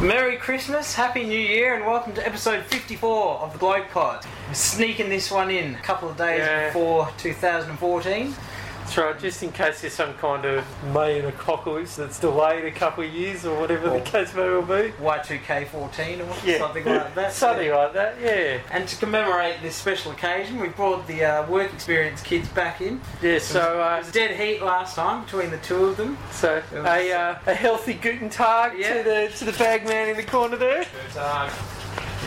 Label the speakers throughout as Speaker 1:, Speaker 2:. Speaker 1: Merry Christmas, Happy New Year, and welcome to episode 54 of the Globe Pod. We're sneaking this one in a couple of days
Speaker 2: Yeah.
Speaker 1: before 2014.
Speaker 2: That's right, just in case there's some kind of Mayan apocalypse that's delayed a couple of years or whatever the case may well be.
Speaker 1: Y2K14 or
Speaker 2: Yeah.
Speaker 1: something like that.
Speaker 2: Something like that, yeah.
Speaker 1: And to commemorate this special occasion, we brought the uh, work experience kids back in.
Speaker 2: Yeah, so
Speaker 1: It
Speaker 2: uh,
Speaker 1: was dead heat last time between the two of them.
Speaker 2: so a, uh, a healthy Guten Tag
Speaker 1: Yeah.
Speaker 2: to the to the bag man in the corner there.
Speaker 1: Yeah,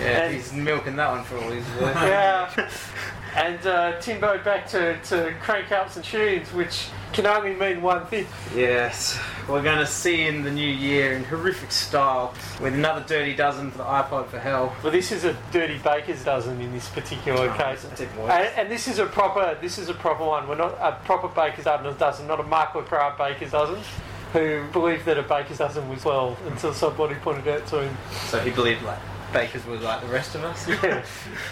Speaker 2: And-
Speaker 1: he's milking that one for all his work.
Speaker 2: Oh, Yeah. And uh, Timbo back to, to crank ups and tunes, which can only mean one thing.
Speaker 1: Yes, we're going to see in the new year in horrific style with another Dirty Dozen for the iPod for Hell.
Speaker 2: Well, this is a dirty baker's dozen in this particular case.
Speaker 1: that's even worse.
Speaker 2: And, and this is a proper, this is a proper one. We're not a proper baker's dozen, dozen not a Mark LeCrow baker's dozen, who believed that a baker's dozen was well until somebody pointed out to him.
Speaker 1: So he believed like bakers were like the rest of us.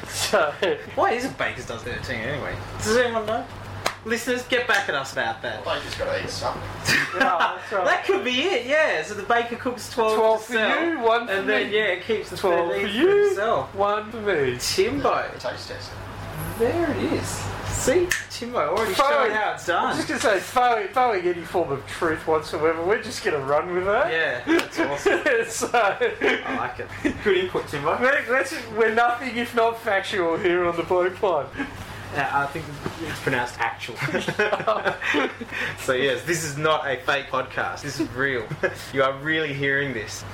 Speaker 2: So,
Speaker 1: Why is it bakers does 13 anyway? Does anyone know? Listeners, get back at us about that.
Speaker 3: Well, you just got to eat something.
Speaker 2: that's right.
Speaker 1: That could be it, yeah. So the baker cooks 12,
Speaker 2: 12
Speaker 1: to
Speaker 2: for
Speaker 1: sell,
Speaker 2: you, one for
Speaker 1: and then
Speaker 2: me.
Speaker 1: yeah, it keeps the
Speaker 2: 12
Speaker 1: 13
Speaker 2: for you.
Speaker 1: himself.
Speaker 2: One for me.
Speaker 1: Timbo,
Speaker 3: Taste test.
Speaker 1: there it is. See, Timbo already
Speaker 2: Fine.
Speaker 1: showing how it's
Speaker 2: I'm just
Speaker 1: done.
Speaker 2: going to say, failing, failing any form of truth whatsoever, we're just going to run with that.
Speaker 1: Yeah, that's awesome. Oh,
Speaker 2: so,
Speaker 1: I like it. Good input, Timbo.
Speaker 2: let- let's, we're nothing if not factual here on the Blue Pod.
Speaker 1: Uh, I think it's pronounced actual. so yes, this is not a fake podcast. This is real. You are really hearing this.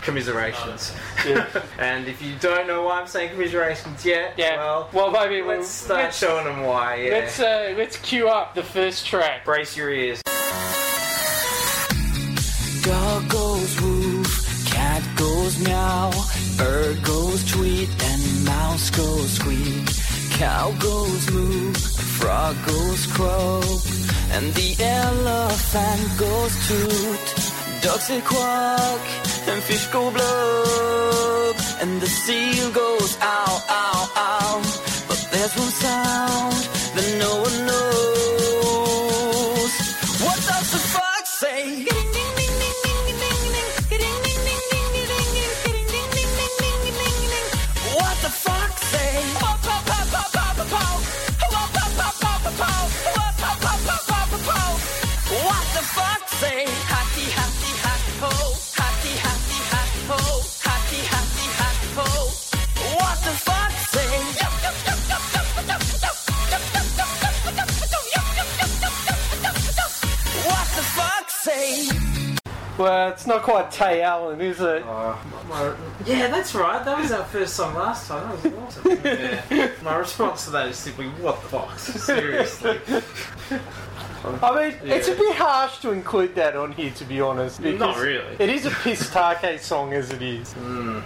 Speaker 1: Commiserations.
Speaker 2: Yeah.
Speaker 1: And if you don't know why I'm saying commiserations yet,
Speaker 2: Yeah.
Speaker 1: well,
Speaker 2: Well, maybe we'll,
Speaker 1: let's start
Speaker 2: let's,
Speaker 1: showing them why. Yeah.
Speaker 2: let's, uh, let's queue up the first track.
Speaker 1: Brace your ears.
Speaker 4: Dog goes woof, cat goes meow, bird goes tweet, and mouse goes squeak. Cow goes moo, frog goes croak, and the elephant goes toot. Ducks say quack, and fish go blub, and the seal goes ow, ow, ow. But there's one sound that no one knows. What does the fox say? What the fuck say? Pow, pow, pow, pow, pow, pow, pow. Pow, pow, pow, pow, pow, pow. Pow, pow, pow, pow, pow, pow, pow. What the fuck say? Hacky, hacky, hack, ho. Hacky, hacky, hack, ho. Hacky, hacky, hack, ho. What the fuck say? Yup, yup, yup, yup, yup, yup, yup, yup, yup, yup, yup, yup, yup, yup, yup, yup, yup, yup, yup, yup, yup. What the fuck say?
Speaker 2: Well, it's not quite Tay Allen, is it?
Speaker 1: Yeah, that's right. That was our first song last time. That was awesome. yeah. My response to that is simply, what the fox? Seriously.
Speaker 2: I mean, it's a
Speaker 1: Yeah.
Speaker 2: bit harsh to include that on here, to be honest. Because
Speaker 1: Not really.
Speaker 2: It is a piss take song as it is.
Speaker 1: Hmm.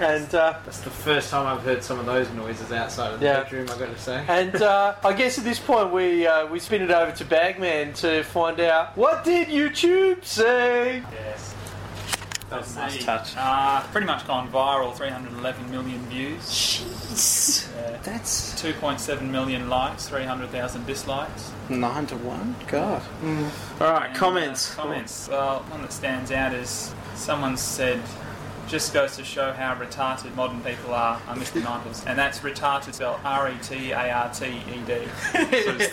Speaker 2: And uh,
Speaker 1: That's the first time I've heard some of those noises outside of the
Speaker 2: Yeah.
Speaker 1: bedroom, I've got to say.
Speaker 2: and uh, I guess at this point we uh, we spin it over to Bagman to find out what did YouTube say.
Speaker 5: Yes.
Speaker 1: was a nice touch.
Speaker 5: Uh, pretty much gone viral, 311 million views,
Speaker 1: Jeez.
Speaker 5: Yeah.
Speaker 1: That's
Speaker 5: 2.7 million likes, 300,000 dislikes.
Speaker 1: nine to one. God. All right,
Speaker 5: And, uh,
Speaker 1: comments.
Speaker 5: comments. Well, one that stands out is someone said, just goes to show how retarded modern people are, are Mr. Knightless. And that's retarded spelled R E T A R T E D.
Speaker 6: So it's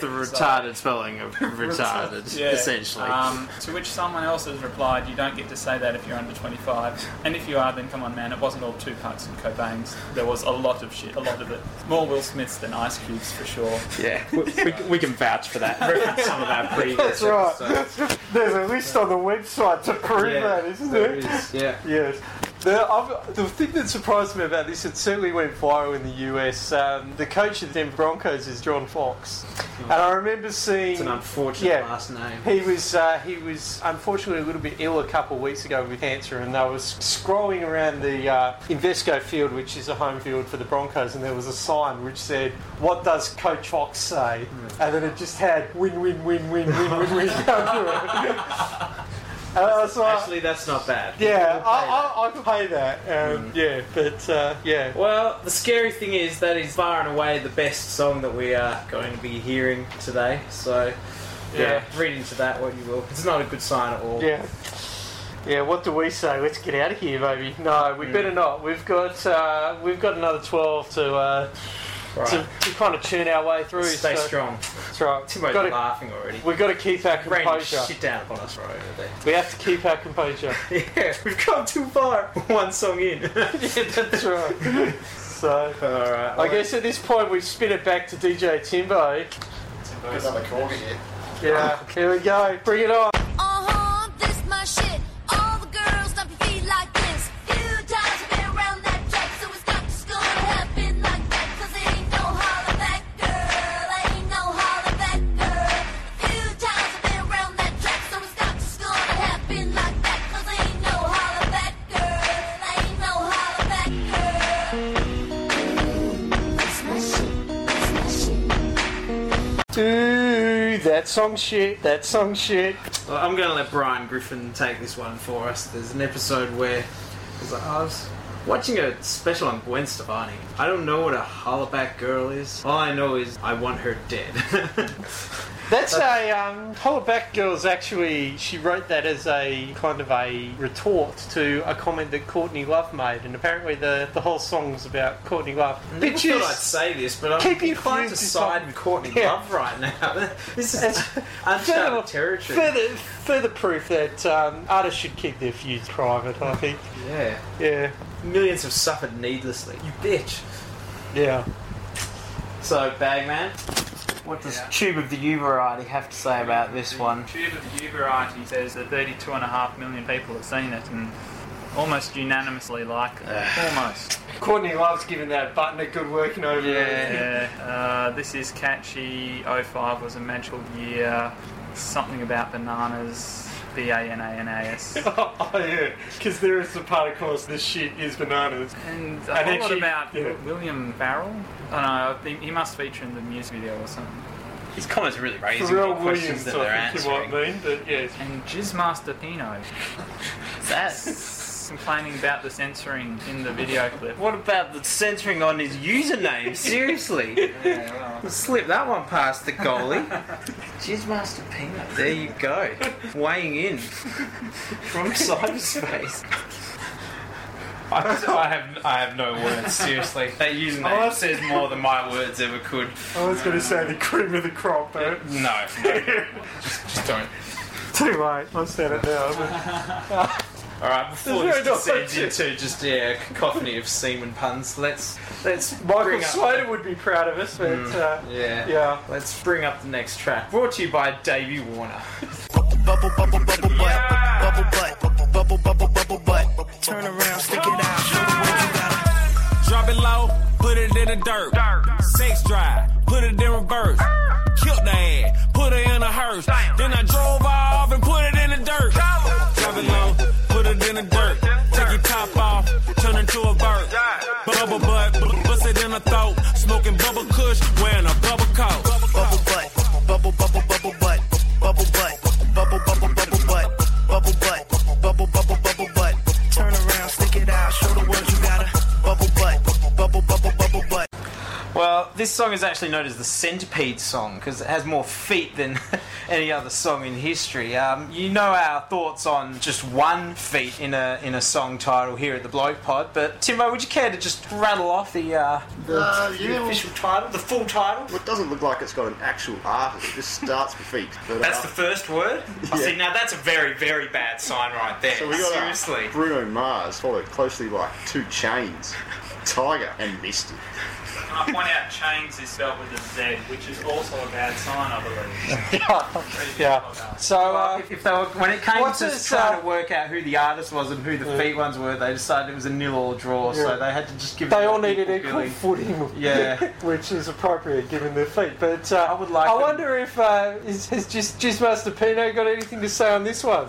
Speaker 6: the retarded spelling of retarded,
Speaker 5: Yeah.
Speaker 6: essentially.
Speaker 1: Ah.
Speaker 5: Um, to which someone else has replied, you don't get to say that if you're under 25. And if you are, then come on, man, it wasn't all two punks and Cobains. There was a lot of shit, a lot of it. More Will Smiths than Ice Cubes, for sure.
Speaker 6: yeah, we, we, we can vouch for that. Reference some of our previous.
Speaker 2: That's right. There's a list on the website to prove that, isn't
Speaker 1: there
Speaker 2: there?
Speaker 1: is, yeah.
Speaker 2: Yes. The, I've, the thing that surprised me about this, it certainly went viral in the US. Um, the coach of the Denver Broncos is John Fox, and I remember seeing
Speaker 1: It's an unfortunate
Speaker 2: Yeah.
Speaker 1: last name.
Speaker 2: he was uh, he was unfortunately a little bit ill a couple of weeks ago with cancer, and they was scrolling around the uh, Invesco Field, which is a home field for the Broncos, and there was a sign which said, "What does Coach Fox say?"
Speaker 1: Mm.
Speaker 2: And then it just had win win win win win win win down to it. And I was like,
Speaker 1: Actually, that's not bad.
Speaker 2: yeah, I, I, I can pay that.
Speaker 1: Mm.
Speaker 2: Um, Yeah, but uh, yeah.
Speaker 1: Well, the scary thing is that is far and away the best song that we are going to be hearing today. So, yeah,
Speaker 2: Yeah.
Speaker 1: read into that what you will. It's not a good sign at all.
Speaker 2: Yeah. Yeah, what do we say? Let's get out of here, baby. No, we
Speaker 1: Mm.
Speaker 2: better not. We've got uh, we've got another twelve to, uh,
Speaker 1: Right.
Speaker 2: to to kind of churn our way through.
Speaker 1: Stay
Speaker 2: so-
Speaker 1: strong.
Speaker 2: That's right.
Speaker 1: Timo's
Speaker 2: Gotta-
Speaker 1: laughing already.
Speaker 2: We've got to keep our
Speaker 1: Raining
Speaker 2: composure.
Speaker 1: shit down upon us right over there.
Speaker 2: We have to keep our composure.
Speaker 1: Yeah, we've gone too far. One song in.
Speaker 2: yeah, that's right. So
Speaker 1: All right.
Speaker 2: I guess at this point we spin it back to DJ Timbo.
Speaker 3: Another corner here.
Speaker 2: Yeah, here we go. Bring it on.
Speaker 7: Uh-huh, this my shit. All the girls stomp your feet like this. Few times I've been around that track, so it's not just gonna happen like that. Cause it ain't no holler back, girl. Ain't no holler back, girl. Few times I've been around that track, so it's not just gonna happen like that. Cause ain't no holler back, girl. Ain't no holler back, girl. This my shit. This my shit.
Speaker 2: Ooh, that song shit. That song shit.
Speaker 1: Well, I'm going to let Brian Griffin take this one for us. There's an episode where it's like, "Oh, I was watching a special on Gwen Stefani. I don't know what a hollaback girl is. All I know is I want her dead.
Speaker 2: That's a um, Hollaback Girls. Actually, she wrote that as a kind of a retort to a comment that Courtney Love made, and apparently the the whole song's about Courtney Love.
Speaker 1: Never thought I'd
Speaker 2: Bitches.
Speaker 1: say this, but I'm
Speaker 2: Keep your
Speaker 1: inclined to
Speaker 2: fuse
Speaker 1: side
Speaker 2: on.
Speaker 1: with Courtney
Speaker 2: Yeah.
Speaker 1: Love right now. this
Speaker 2: It's
Speaker 1: is uncharted territory.
Speaker 2: Further, further proof that um, artists should keep their feuds private. I think.
Speaker 1: Yeah.
Speaker 2: Yeah.
Speaker 1: Millions have suffered needlessly. You bitch.
Speaker 2: Yeah.
Speaker 8: So, Bagman, what does
Speaker 5: Yeah.
Speaker 8: Tube of the U variety have to say about this one?
Speaker 5: Tube of the U variety says that 32.5 million people have seen it and almost unanimously like it. almost.
Speaker 2: Courtney Love's giving that button a good working over.
Speaker 5: Yeah, uh, this is catchy. 05 was a magical year. Something about bananas. B A N A N A S.
Speaker 2: oh yeah, because there is the part, of course, this shit is bananas.
Speaker 5: And
Speaker 2: And
Speaker 5: a whole lot
Speaker 2: actually-
Speaker 5: about
Speaker 2: yeah.
Speaker 5: William Farrell. I don't know, he, he must feature in the music video or something.
Speaker 6: His comments are really raising
Speaker 2: Pharrell
Speaker 6: the
Speaker 2: Williams,
Speaker 6: questions that they're
Speaker 2: I think you
Speaker 6: answering.
Speaker 2: might mean, but yeah.
Speaker 5: And Jizzmaster Pino
Speaker 8: That's.
Speaker 5: complaining about the censoring in the video clip.
Speaker 8: What about the censoring on his username? Seriously?
Speaker 1: Slip that one past the goalie.
Speaker 8: Jizzmaster Peanut.
Speaker 1: there you go. Weighing in from cyberspace.
Speaker 6: I, I have I have no words. Seriously, that username says more than my words ever could.
Speaker 2: I was going to say the cream of the crop, but
Speaker 6: No, no. just, just don't.
Speaker 2: too late. I've said it now. haven't
Speaker 6: All right, before
Speaker 2: There's
Speaker 6: this
Speaker 2: no
Speaker 6: descends
Speaker 2: doubt.
Speaker 6: into just yeah, cacophony of semen puns, let's
Speaker 1: Let's
Speaker 2: I? Michael
Speaker 1: bring up-
Speaker 2: Slater would be proud of us, but uh,
Speaker 1: Yeah.
Speaker 2: yeah.
Speaker 1: Let's bring up the next track. Brought to you by Davey Warner.
Speaker 9: Bubble, bubble, bubble butt. Bubble butt. Bubble, bubble, bubble butt. Turn around, stick it out. Show me what you got. Drop it low, put it in the dirt. Sex drive, put it in reverse. Killed the ass, put her in a hearse. Then I drove off and put it in the dirt. Drop it low, put it in the dirt. Take your top off, turn into a bird. Bubble butt, bu- bust it in a throat. Smoking bubble kush, wearing a bubble coat. Bubble butt, bubble, bubble, bubble butt. Bubble butt, bubble, bubble, bubble butt. Bubble butt, bubble, bubble, bubble butt. Turn around, stick it out, show the world you gotta. Bubble butt, bubble, bubble, bubble butt.
Speaker 1: Well, this song is actually known as the Centipede song because it has more feet than any other song in history. Um, you know our thoughts on just one feat in a in a song title here at the Bloke Pod, but Timo, would you care to just rattle off the uh, the,
Speaker 3: Uh,
Speaker 1: the
Speaker 3: yeah.
Speaker 1: official title, the full title?
Speaker 3: Well, it doesn't look like it's got an actual artist. It just starts with feet. But,
Speaker 6: That's
Speaker 3: uh,
Speaker 6: the first word. I
Speaker 3: Yeah.
Speaker 6: see. Now that's a very, very bad sign right there.
Speaker 3: So we got uh,
Speaker 6: Seriously.
Speaker 3: Bruno Mars followed closely by Two Chains, Tiger, and Misty.
Speaker 5: And I point out chains is spelled with a Z, which is also a bad sign, I believe.
Speaker 2: Yeah. So
Speaker 1: Well,
Speaker 2: uh,
Speaker 1: if, if they were, when it came
Speaker 2: what's
Speaker 1: to
Speaker 2: this,
Speaker 1: trying
Speaker 2: uh,
Speaker 1: to work out who the artist was and who the feet ones were, they decided it was a nil-all draw,
Speaker 2: Yeah.
Speaker 1: so they had to just give.
Speaker 2: they
Speaker 1: it
Speaker 2: all
Speaker 1: an
Speaker 2: needed
Speaker 1: equal
Speaker 2: equal
Speaker 1: billing.
Speaker 2: footing.
Speaker 1: Yeah.
Speaker 2: which is appropriate given their feet. But uh,
Speaker 1: I would like
Speaker 2: I
Speaker 1: them-
Speaker 2: wonder if uh, is, has just Jizzmaster Pino got anything to say on this one?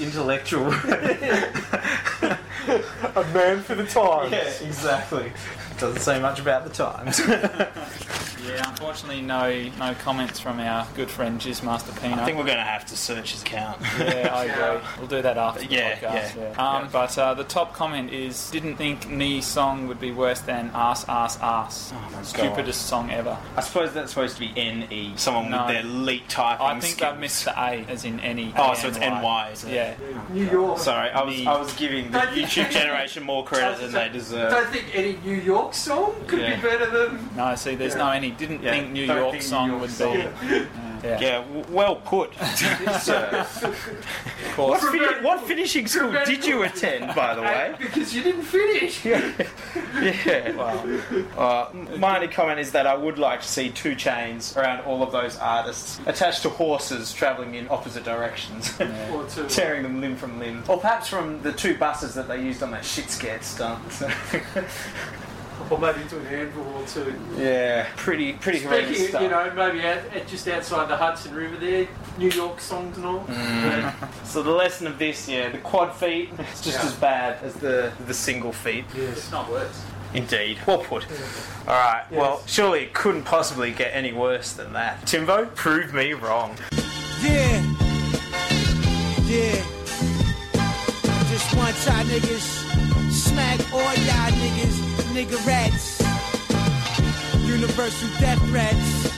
Speaker 1: intellectual.
Speaker 2: a man for the times.
Speaker 1: Yeah, exactly. Doesn't say much about the times.
Speaker 5: Yeah, unfortunately, no no comments from our good friend Jizz Master Pino.
Speaker 2: I think we're going to have to search his account.
Speaker 5: yeah, I agree. We'll do that after the
Speaker 2: Yeah,
Speaker 5: podcast.
Speaker 2: yeah.
Speaker 5: Um, But uh, the top comment is didn't think knee song would be worse than ass ass ass.
Speaker 2: my
Speaker 5: Stupidest song ever.
Speaker 2: I suppose that's supposed to be N E. Someone
Speaker 5: No.
Speaker 2: with their elite typing
Speaker 5: I think
Speaker 2: skills.
Speaker 5: I've missed the A, as in any.
Speaker 2: Oh, so it's
Speaker 5: ANY.
Speaker 2: NY, is it?
Speaker 5: Yeah.
Speaker 10: New York.
Speaker 2: Sorry, I was,
Speaker 5: Knee.
Speaker 2: I was giving the
Speaker 10: Don't you-
Speaker 2: YouTube generation more credit than they deserve.
Speaker 10: Don't think any New York song could
Speaker 2: Yeah.
Speaker 10: be better than.
Speaker 5: No, see, there's no any. Didn't
Speaker 2: Yeah.
Speaker 5: think New
Speaker 2: Don't
Speaker 5: York
Speaker 2: think New
Speaker 5: song
Speaker 2: York
Speaker 5: would
Speaker 2: song.
Speaker 5: be. Yeah.
Speaker 2: Yeah, w- well put.
Speaker 5: Of course.
Speaker 2: Fin- what finishing school did you attend, by the way?
Speaker 10: Because you didn't finish.
Speaker 2: Yeah. Uh, my only comment is that I would like to see two chains around all of those artists attached to horses travelling in opposite directions,
Speaker 10: Or two.
Speaker 2: tearing them limb from limb. Or perhaps from the two buses that they used on that shit scared stunt.
Speaker 10: Or maybe to an anvil or two.
Speaker 2: yeah, pretty pretty horrendous
Speaker 10: Speaking,
Speaker 2: stuff.
Speaker 10: you know, maybe out, at- just outside the Hudson River there, New York songs and all.
Speaker 2: So the lesson of this, yeah, the quad feet is just
Speaker 10: Yeah.
Speaker 2: as bad as the the single feet.
Speaker 10: Yes.
Speaker 5: Not worse.
Speaker 2: Indeed. Well put. All right. Well,
Speaker 10: Yes.
Speaker 2: surely it couldn't possibly get any worse than that. Timbo, prove me wrong.
Speaker 11: Yeah. Yeah. Just one time, niggas. Smack all y'all niggas, nigga rats. Universal death threats.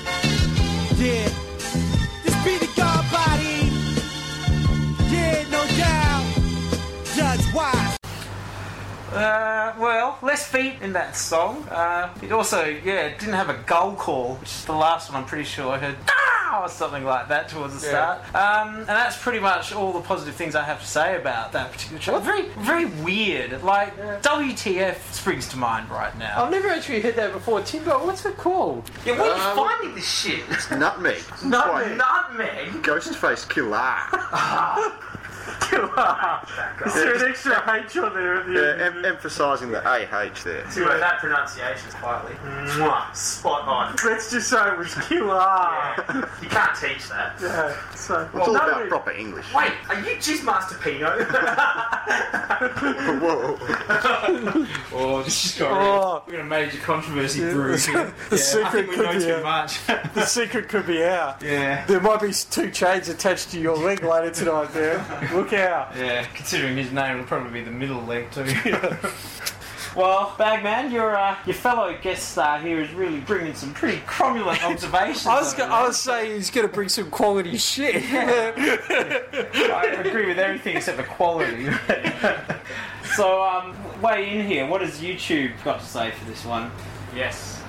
Speaker 11: Yeah. This be the God body. Yeah, no doubt. Judge wise.
Speaker 12: Uh, well, less feet in that song. Uh, it also, yeah, it didn't have a goal call, which is the last one I'm pretty sure I heard. "Ah!" Or something like that towards the
Speaker 10: Yeah.
Speaker 12: start, um, and that's pretty much all the positive things I have to say about that particular track. Very, very weird. Like WTF springs to mind right now.
Speaker 10: I've never actually heard that before. Timbo, what's it called? Uh,
Speaker 12: yeah, where
Speaker 3: um,
Speaker 12: are you finding this shit?
Speaker 3: Nutmeg.
Speaker 10: Nutmeg.
Speaker 12: Nutmeg.
Speaker 3: Ghostface Killer.
Speaker 12: Is there an extra H on there at the
Speaker 3: Yeah, em- emphasising the AH there.
Speaker 12: See, well, that pronunciation is slightly Mwah, spot
Speaker 2: Oh,
Speaker 12: on.
Speaker 10: Let's just say it was killer.
Speaker 12: You can't teach that.
Speaker 10: So,
Speaker 3: It's all
Speaker 12: Nutmeg.
Speaker 3: about proper English.
Speaker 12: Wait, are you Jizz Master Pino?
Speaker 3: Whoa.
Speaker 2: Oh, this is going.
Speaker 10: Oh.
Speaker 2: We're going to major controversy brew here.
Speaker 10: the secret
Speaker 2: I think we
Speaker 10: could
Speaker 2: know
Speaker 10: be
Speaker 2: too
Speaker 10: out.
Speaker 2: much.
Speaker 10: the secret could be out.
Speaker 2: yeah.
Speaker 10: There might be two chains attached to your leg later tonight, man. Look out.
Speaker 2: Yeah, considering his name will probably be the middle leg too. well, Bagman, your uh, your fellow guest star here is really bringing some pretty cromulent observations.
Speaker 10: I was,
Speaker 2: on
Speaker 10: go- I was saying he's going to bring some quality shit.
Speaker 2: it. I agree with everything except the quality. so, um, way in here. What has YouTube got to say for this one?
Speaker 5: Yes.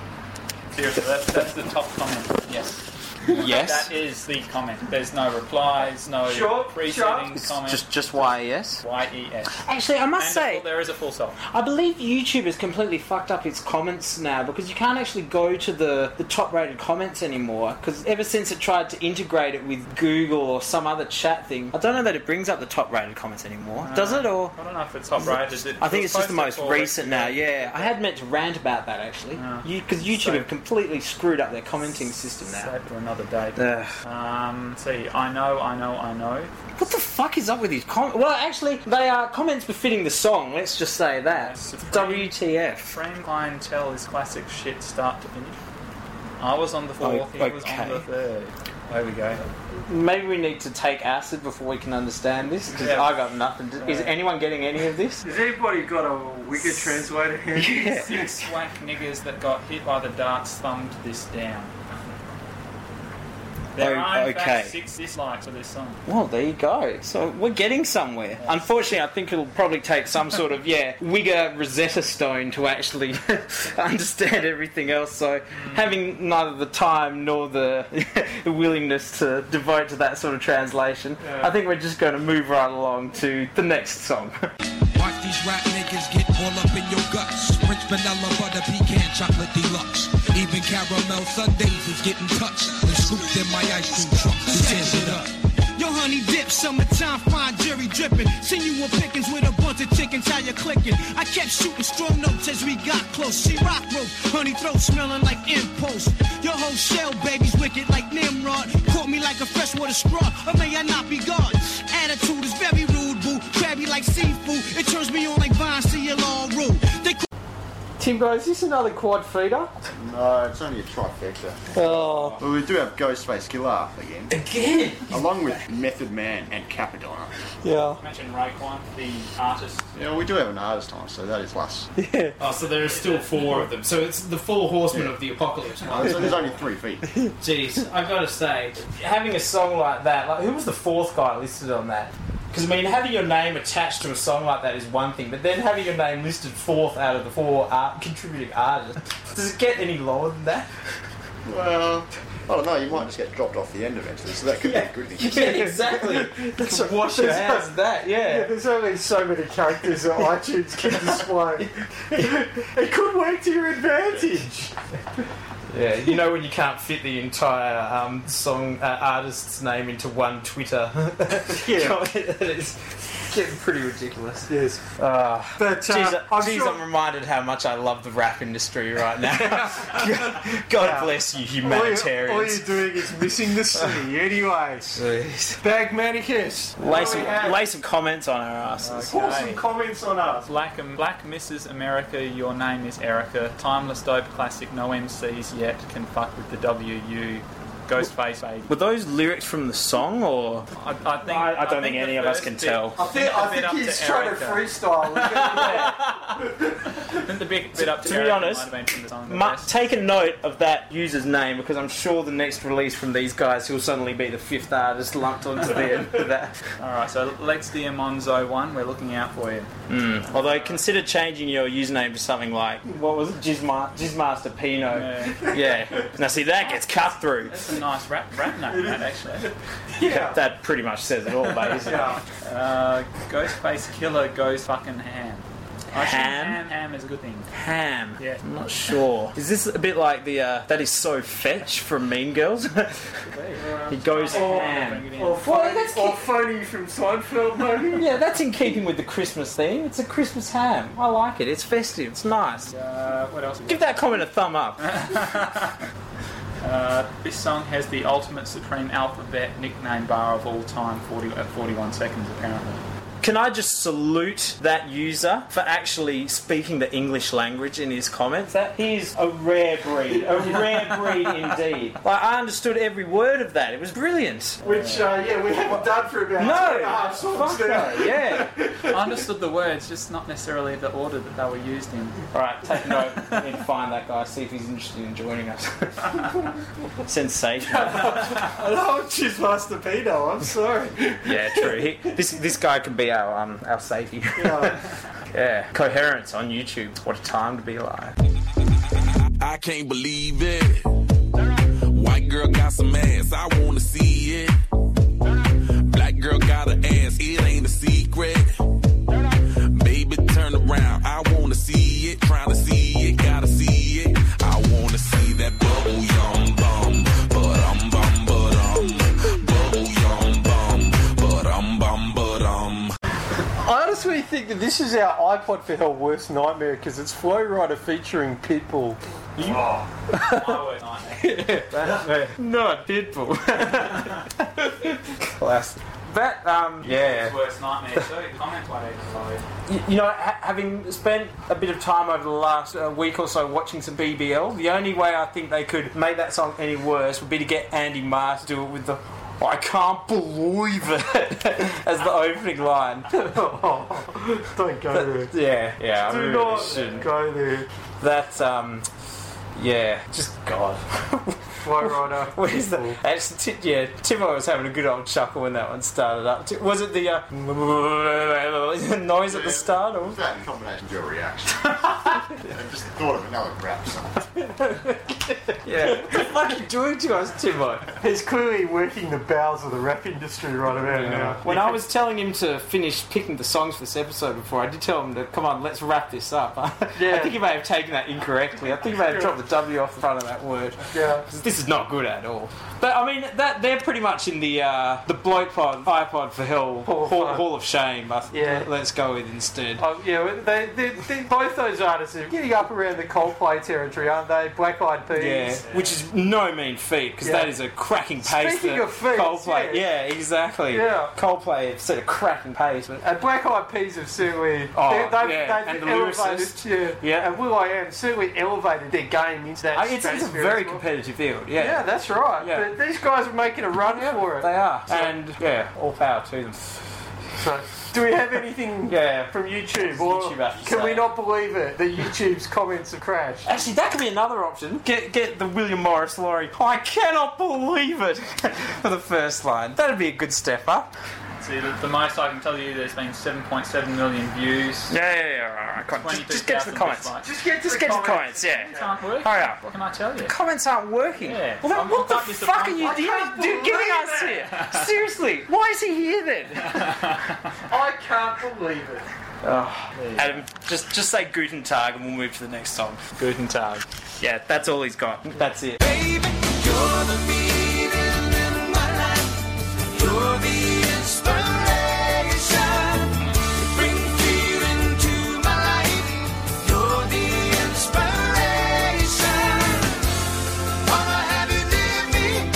Speaker 5: Seriously, that's, that's the top comment. Yes.
Speaker 1: Yes.
Speaker 5: That is the comment. There's no replies, no
Speaker 12: Sure,
Speaker 5: preceding comment.
Speaker 1: Just just E yes.
Speaker 5: Y-E-S.
Speaker 1: Actually, I must
Speaker 5: E And
Speaker 1: say,
Speaker 5: there is a full stop.
Speaker 1: I believe YouTube has completely fucked up its comments now because you can't actually go to the, the top rated comments anymore. Because ever since it tried to integrate it with Google or some other chat thing, I don't know that it brings up the top rated comments anymore. Does it? Or
Speaker 5: I don't know if it's top right. Is it,
Speaker 1: I think it's just the
Speaker 5: Ah. supposed
Speaker 1: most
Speaker 5: to fall-
Speaker 1: recent now. Yeah, I had meant to rant about that actually, because YouTube
Speaker 5: So-
Speaker 1: have completely screwed up their commenting system now.
Speaker 5: Save for another day.
Speaker 1: Ugh.
Speaker 5: Um, see, I know, I know, I know.
Speaker 1: What the fuck is up with these comments? Well, actually, they are comments befitting the song. Let's just say that.
Speaker 5: Yes, it's pretty-
Speaker 1: WTF?
Speaker 5: Frame clientele is classic shit start to finish. I was on the fourth, he was on
Speaker 1: Oh, okay.
Speaker 5: the third. There we go.
Speaker 1: Maybe we need to take acid before we can understand this because
Speaker 5: Yeah.
Speaker 1: I got nothing. To, Is anyone getting any of this?
Speaker 10: Has anybody got a Wigger translator here?
Speaker 5: Six whack niggas that got hit by the darts thumbed this down. There
Speaker 1: Oh,
Speaker 5: are in fact
Speaker 1: okay.
Speaker 5: six dislikes for this song.
Speaker 1: Well, there you go. So we're getting somewhere. Unfortunately, I think it'll probably take some sort of yeah Wigger Rosetta Stone to actually understand everything else. So having neither the time nor the, the willingness to devote to that sort of translation, I think we're just going to move right along to the next song.
Speaker 11: Watch these rap niggas get all up in your guts. French vanilla butter pecan chocolate deluxe. Even caramel sundaes is getting touched and scooped in my ice cream truck. This it up. Yo, honey dip, summertime, fine jerry dripping. Send you a pickings with a bunch of chickens, how you clicking? I kept shooting strong notes as we got close. She rock rope, honey throat smelling like impost. Your whole shell, baby's wicked like Nimrod. Caught me like a freshwater straw, or may I not be God? Attitude is very rude, boo. Crabby like seafood, it turns me on like Von Cielo rule. They
Speaker 13: Timbo, is this another quad feeder?
Speaker 3: No, it's only a trifecta.
Speaker 13: Oh.
Speaker 3: Well, we do have Ghostface Killer again. Again? Along with Method Man and Capadonna.
Speaker 13: Yeah.
Speaker 5: Mention Raekwon, the artist.
Speaker 3: Yeah, we do have an artist on, so that is plus.
Speaker 14: Oh, so there are still four of them. So it's the four horsemen of the apocalypse.
Speaker 3: Uh, so there's only three feet.
Speaker 2: Jeez, I gotta say, having a song like that, like who was the fourth guy listed on that? Because I mean, having your name attached to a song like that is one thing, but then having your name listed fourth out of the four art, contributing artists, does it get any lower than that?
Speaker 3: Well, I don't know, you might just get dropped off the end eventually, so that could be a good thing.
Speaker 2: Yeah, exactly. That's a wash your hands of that, yeah.
Speaker 13: There's only so many characters that iTunes can display. it could work to your advantage.
Speaker 2: Yeah, you know when you can't fit the entire um, song uh, artist's name into one Twitter.
Speaker 13: Yeah.
Speaker 2: it's getting pretty ridiculous.
Speaker 13: Yes.
Speaker 2: Uh,
Speaker 13: But uh, I'm
Speaker 2: Jeez, I'm, jeez,
Speaker 13: sure-
Speaker 2: I'm reminded how much I love the rap industry right now. God bless you,
Speaker 13: all, you, all
Speaker 2: humanitarians.
Speaker 13: you're doing is missing the city anyway.
Speaker 2: Jeez.
Speaker 13: Bag Manicus.
Speaker 1: Lay some, lay some comments on our asses.
Speaker 13: Pour some comments on us.
Speaker 5: Black, Black Mrs. America, Your Name is Erica. Timeless Dope Classic, no MCs yet. Can fuck with the WU. Ghostface Baby.
Speaker 1: Were those lyrics from the song or?
Speaker 5: I, I, think,
Speaker 15: I- I don't think
Speaker 5: the
Speaker 15: any of us
Speaker 5: first
Speaker 15: can
Speaker 5: bit-
Speaker 15: tell.
Speaker 13: I think,
Speaker 5: Bit up to Erica.
Speaker 13: freestyle.
Speaker 5: I think the big bit up to,
Speaker 1: To be
Speaker 5: Erica
Speaker 1: honest,
Speaker 5: might have been from the song. The
Speaker 1: Ma-
Speaker 5: rest-
Speaker 1: take a note of that user's name because I'm sure the next release from these guys will suddenly be the fifth artist lumped onto the end of that.
Speaker 5: Alright, so Lex Diamonzo 1, we're looking out for you.
Speaker 1: Although consider changing your username to something like what was it, Gizma- Gizmaster Pino.
Speaker 5: Yeah.
Speaker 1: Yeah. Now see that gets cut through.
Speaker 5: That's Uh, a nice rap, rap name, that actually.
Speaker 1: That pretty much says it all, mate. Isn't it?
Speaker 5: Uh, Ghostface Killer goes fucking ham. I should-
Speaker 1: Ham?
Speaker 5: ham? Ham is a good thing.
Speaker 1: Ham.
Speaker 5: Yeah.
Speaker 1: I'm not sure. Is this a bit like the uh, that is so fetch from Mean Girls? he goes ham.
Speaker 5: Bring it in.
Speaker 13: or phony, or phony from Seinfeld, maybe.
Speaker 1: Yeah, that's in keeping with the Christmas theme. It's a Christmas ham. I like it. It's festive. It's nice.
Speaker 5: Uh, what else?
Speaker 1: Give that comment a thumb up.
Speaker 5: Uh, this song has the ultimate supreme alphabet nickname bar of all time, 40, uh, 41 seconds apparently.
Speaker 1: Can I just salute that user for actually speaking the English language in his comments? That he is a rare breed, a rare breed indeed. Like I understood every word of that. It was brilliant.
Speaker 13: Which, uh, yeah, we haven't done for about two and a
Speaker 1: No,
Speaker 13: half songs
Speaker 1: fuck
Speaker 13: now.
Speaker 1: no, yeah.
Speaker 5: I understood the words, just not necessarily the order that they were used in.
Speaker 1: All right, take note and find that guy. See if he's interested in joining us. Sensational.
Speaker 13: Oh, she's Master Pino, I'm sorry.
Speaker 1: Yeah, true. He, this this guy could be our um our safety. yeah, coherence on YouTube. What a time to be alive.
Speaker 6: I can't believe it. White girl got some ass, I wanna see it. Black girl got an ass, it ain't a secret. Baby, turn around, I wanna see it. Tryna see it, gotta see it. I wanna see that bubble yum bum, but um bum but um, bubble yum bum, but um bum but um.
Speaker 13: I honestly think that this is our iPod for Hell worst nightmare because it's Flow Rider featuring Pitbull.
Speaker 1: Oh, Not Pitbull. Classic. That um yeah.
Speaker 5: Worst nightmare too, comment one episode.
Speaker 2: You, you know, ha- having spent a bit of time over the last uh, week or so watching some BBL, the only way I think they could make that song any worse would be to get Andy Marr to do it with the. I can't believe it as the opening line.
Speaker 13: Don't go there.
Speaker 2: yeah, yeah. I
Speaker 13: Oh, Do
Speaker 2: really
Speaker 13: not
Speaker 2: shouldn't.
Speaker 13: go there.
Speaker 2: That's um, yeah. Just God.
Speaker 13: Flow Rider.
Speaker 2: What is that? Actually, t- yeah, Timo was having a good old chuckle when that one started up. T- Was it the uh, noise at the start? Or?
Speaker 3: What's that in combination to your reaction? I just thought of another rap song.
Speaker 2: Yeah. what are you doing to us, Timo?
Speaker 13: He's clearly working the bowels of the rap industry right about now.
Speaker 2: When I was telling him to finish picking the songs for this episode before, I did tell him to come on, let's wrap this up. I
Speaker 13: Yeah.
Speaker 2: think he may have taken that incorrectly. I think he may have dropped the W off the front of that word.
Speaker 13: Yeah.
Speaker 2: This is not good at all. But I mean, that they're pretty much in the uh, the bloat pod, iPod for hell,
Speaker 13: Hall
Speaker 2: hall,
Speaker 13: of
Speaker 2: hall,
Speaker 13: Fame.
Speaker 2: of shame. I th-
Speaker 13: Yeah.
Speaker 2: Let's go with instead.
Speaker 13: Oh, yeah, they, they, they, both those artists are
Speaker 2: they're getting up around the Coldplay territory, aren't they? Black Eyed Peas.
Speaker 1: Yeah, which is no mean feat because
Speaker 2: Yeah.
Speaker 1: that is a cracking pace.
Speaker 2: Speaking
Speaker 1: that
Speaker 2: of feats,
Speaker 1: Coldplay.
Speaker 2: yeah.
Speaker 1: Yeah. exactly.
Speaker 2: Yeah.
Speaker 1: Coldplay have set a cracking pace, but
Speaker 2: And Black Eyed Peas have certainly
Speaker 1: Oh,
Speaker 2: they, they've,
Speaker 1: yeah,
Speaker 2: they've
Speaker 1: and the
Speaker 2: elevated,
Speaker 1: lyricist.
Speaker 2: yeah.
Speaker 1: Yeah.
Speaker 2: and Will I Am certainly elevated their game into
Speaker 6: Oh,
Speaker 2: that.
Speaker 1: Uh, it's, it's a
Speaker 2: stratosphere
Speaker 1: very
Speaker 2: as well.
Speaker 1: competitive field.
Speaker 2: Yeah.
Speaker 1: Yeah,
Speaker 2: that's right.
Speaker 1: Yeah.
Speaker 2: But these guys are making a run for it.
Speaker 1: they are, and yeah, all power to them.
Speaker 2: So, do we have anything
Speaker 1: Yeah.
Speaker 2: from YouTube?
Speaker 1: It's
Speaker 2: Or
Speaker 1: YouTube, I should
Speaker 2: can
Speaker 1: say.
Speaker 2: we not believe it that YouTube's comments have crashed?
Speaker 1: Actually, that could be another option. Get get the William Morris lorry. I cannot believe it for the first line. That'd be a good step up.
Speaker 5: See, the, the most I can tell you, there's been 7.7 million views.
Speaker 6: Yeah, yeah, yeah. All right, come on. Just, just get to
Speaker 5: 22,000
Speaker 6: the comments.
Speaker 5: dislikes.
Speaker 2: Just get to
Speaker 6: Just
Speaker 2: the
Speaker 6: get to the
Speaker 2: comments.
Speaker 6: comments. Yeah.
Speaker 5: Can't work.
Speaker 6: Hurry up.
Speaker 5: What can I tell you?
Speaker 6: Comments aren't working.
Speaker 5: Yeah.
Speaker 6: Well, then
Speaker 5: I'm
Speaker 6: what the
Speaker 5: quite
Speaker 6: fuck are you
Speaker 5: disappointed.
Speaker 6: doing,
Speaker 2: can't
Speaker 6: doing giving
Speaker 2: believe
Speaker 6: us here? Seriously, why is he here then?
Speaker 2: I can't believe it.
Speaker 6: Adam, just just say Guten Tag and we'll move to the next song.
Speaker 1: Guten Tag.
Speaker 6: Yeah, that's all he's got.
Speaker 1: That's it.
Speaker 11: Baby, you're the meaning in my life. You're the inspiration. You bring fear into my life. You're the inspiration. Wanna have you near me?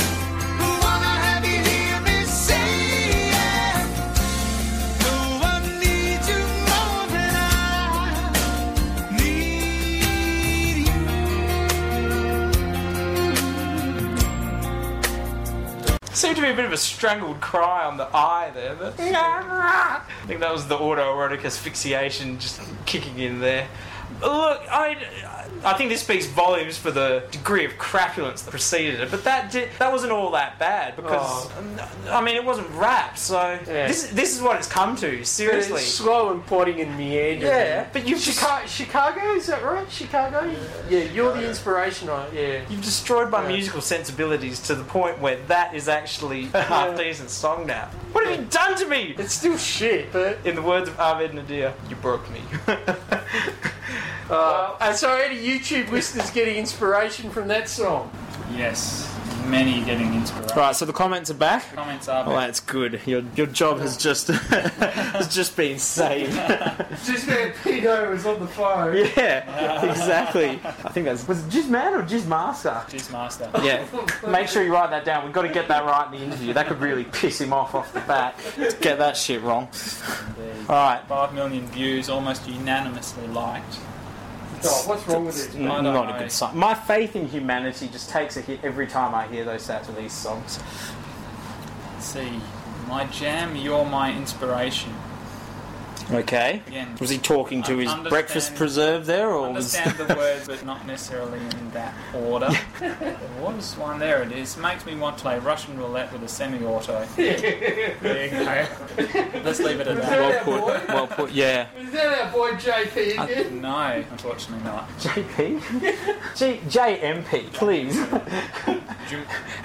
Speaker 11: Wanna have you hear me say yeah. No one needs you more than I need you.
Speaker 1: Seemed to be a bit of a strangled cry on the eye there, but I think that was the autoerotic asphyxiation just kicking in there. Look, I, I think this speaks volumes for the degree of crapulence that preceded it, but that did, that wasn't all that bad because I mean it wasn't rap, so
Speaker 2: Oh. Yeah.
Speaker 1: this this is what it's come to
Speaker 2: It's
Speaker 1: seriously.
Speaker 2: slow and plodding and meandering.
Speaker 1: Yeah, but you've just
Speaker 2: Chica- Chicago, is that right? Chicago? Yeah, you're the inspiration, right? Yeah.
Speaker 1: you've destroyed my
Speaker 2: Yeah.
Speaker 1: musical sensibilities to the point where that is actually a half decent song now. What have you done to me?
Speaker 2: It's still shit, but.
Speaker 1: In the words of Ahmed Nadir, you broke me.
Speaker 2: Uh, and so, any YouTube listeners getting inspiration from that song?
Speaker 5: Yes, many getting inspiration.
Speaker 1: right, so the comments are back.
Speaker 5: Comments are
Speaker 1: Well, that's good. Your, your job has just has just been saved.
Speaker 2: Just that Pino was on the phone.
Speaker 1: Yeah, exactly. I think that's was it Jizz Man or Jizz Master.
Speaker 5: Juice Master.
Speaker 1: Yeah, make sure you write that down. We've got to get that right in the interview. That could really piss him off off the bat. Get that shit wrong. All right,
Speaker 5: 5 million views, almost unanimously liked.
Speaker 2: Oh, what's wrong with it?
Speaker 1: N-
Speaker 5: I
Speaker 1: not
Speaker 5: don't
Speaker 1: a
Speaker 5: know.
Speaker 1: good sign. My faith in humanity just takes a hit every time I hear those stats of these songs.
Speaker 5: Let's see. My jam, you're my inspiration.
Speaker 1: Okay.
Speaker 5: Again,
Speaker 1: Was he talking to his
Speaker 5: Understand-
Speaker 1: breakfast preserve there, or was
Speaker 5: understand the words, but not necessarily in that order. there was one, there it is. Makes me want to play Russian roulette with a semi-auto. there you go. Let's leave it at that.
Speaker 1: well put? Well put. Yeah.
Speaker 2: Is that our boy JP again?
Speaker 5: No, unfortunately not.
Speaker 1: JP? G- JMP, please.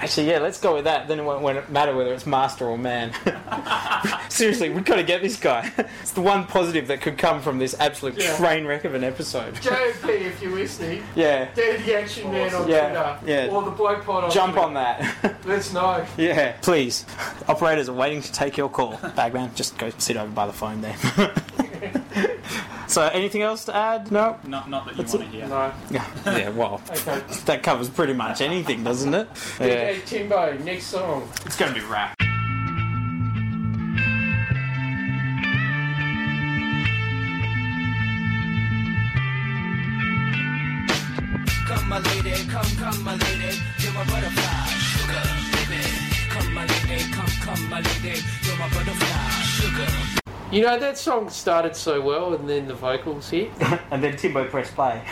Speaker 1: Actually, yeah, let's go with that. Then it won't, won't matter whether it's master or man. Seriously, we've got to get this guy. It's the one positive that could come from this absolute
Speaker 2: Yeah.
Speaker 1: train wreck of an episode.
Speaker 2: JP, if you're listening,
Speaker 1: Yeah,
Speaker 2: do the action man on
Speaker 1: Yeah,
Speaker 2: Twitter
Speaker 1: yeah.
Speaker 2: or the bloke pod on
Speaker 1: jump
Speaker 2: Twitter.
Speaker 1: on that.
Speaker 2: Let's know.
Speaker 1: yeah, please. Operators are waiting to take your call. Bagman, just go sit over by the phone there. so, anything else to add? No.
Speaker 5: Not, not that you want to hear.
Speaker 2: No.
Speaker 1: Yeah, yeah, well,
Speaker 2: Okay.
Speaker 1: that covers pretty much anything, doesn't it?
Speaker 2: DJ Timbo, next song.
Speaker 1: It's gonna be rap.
Speaker 11: Come, my lady, come, come, my lady. You're my butterfly, sugar, baby. Come, my lady, come, come, my lady. You're my butterfly, sugar.
Speaker 2: You know, that song started so well and then the vocals hit.
Speaker 1: And then Timbo pressed play.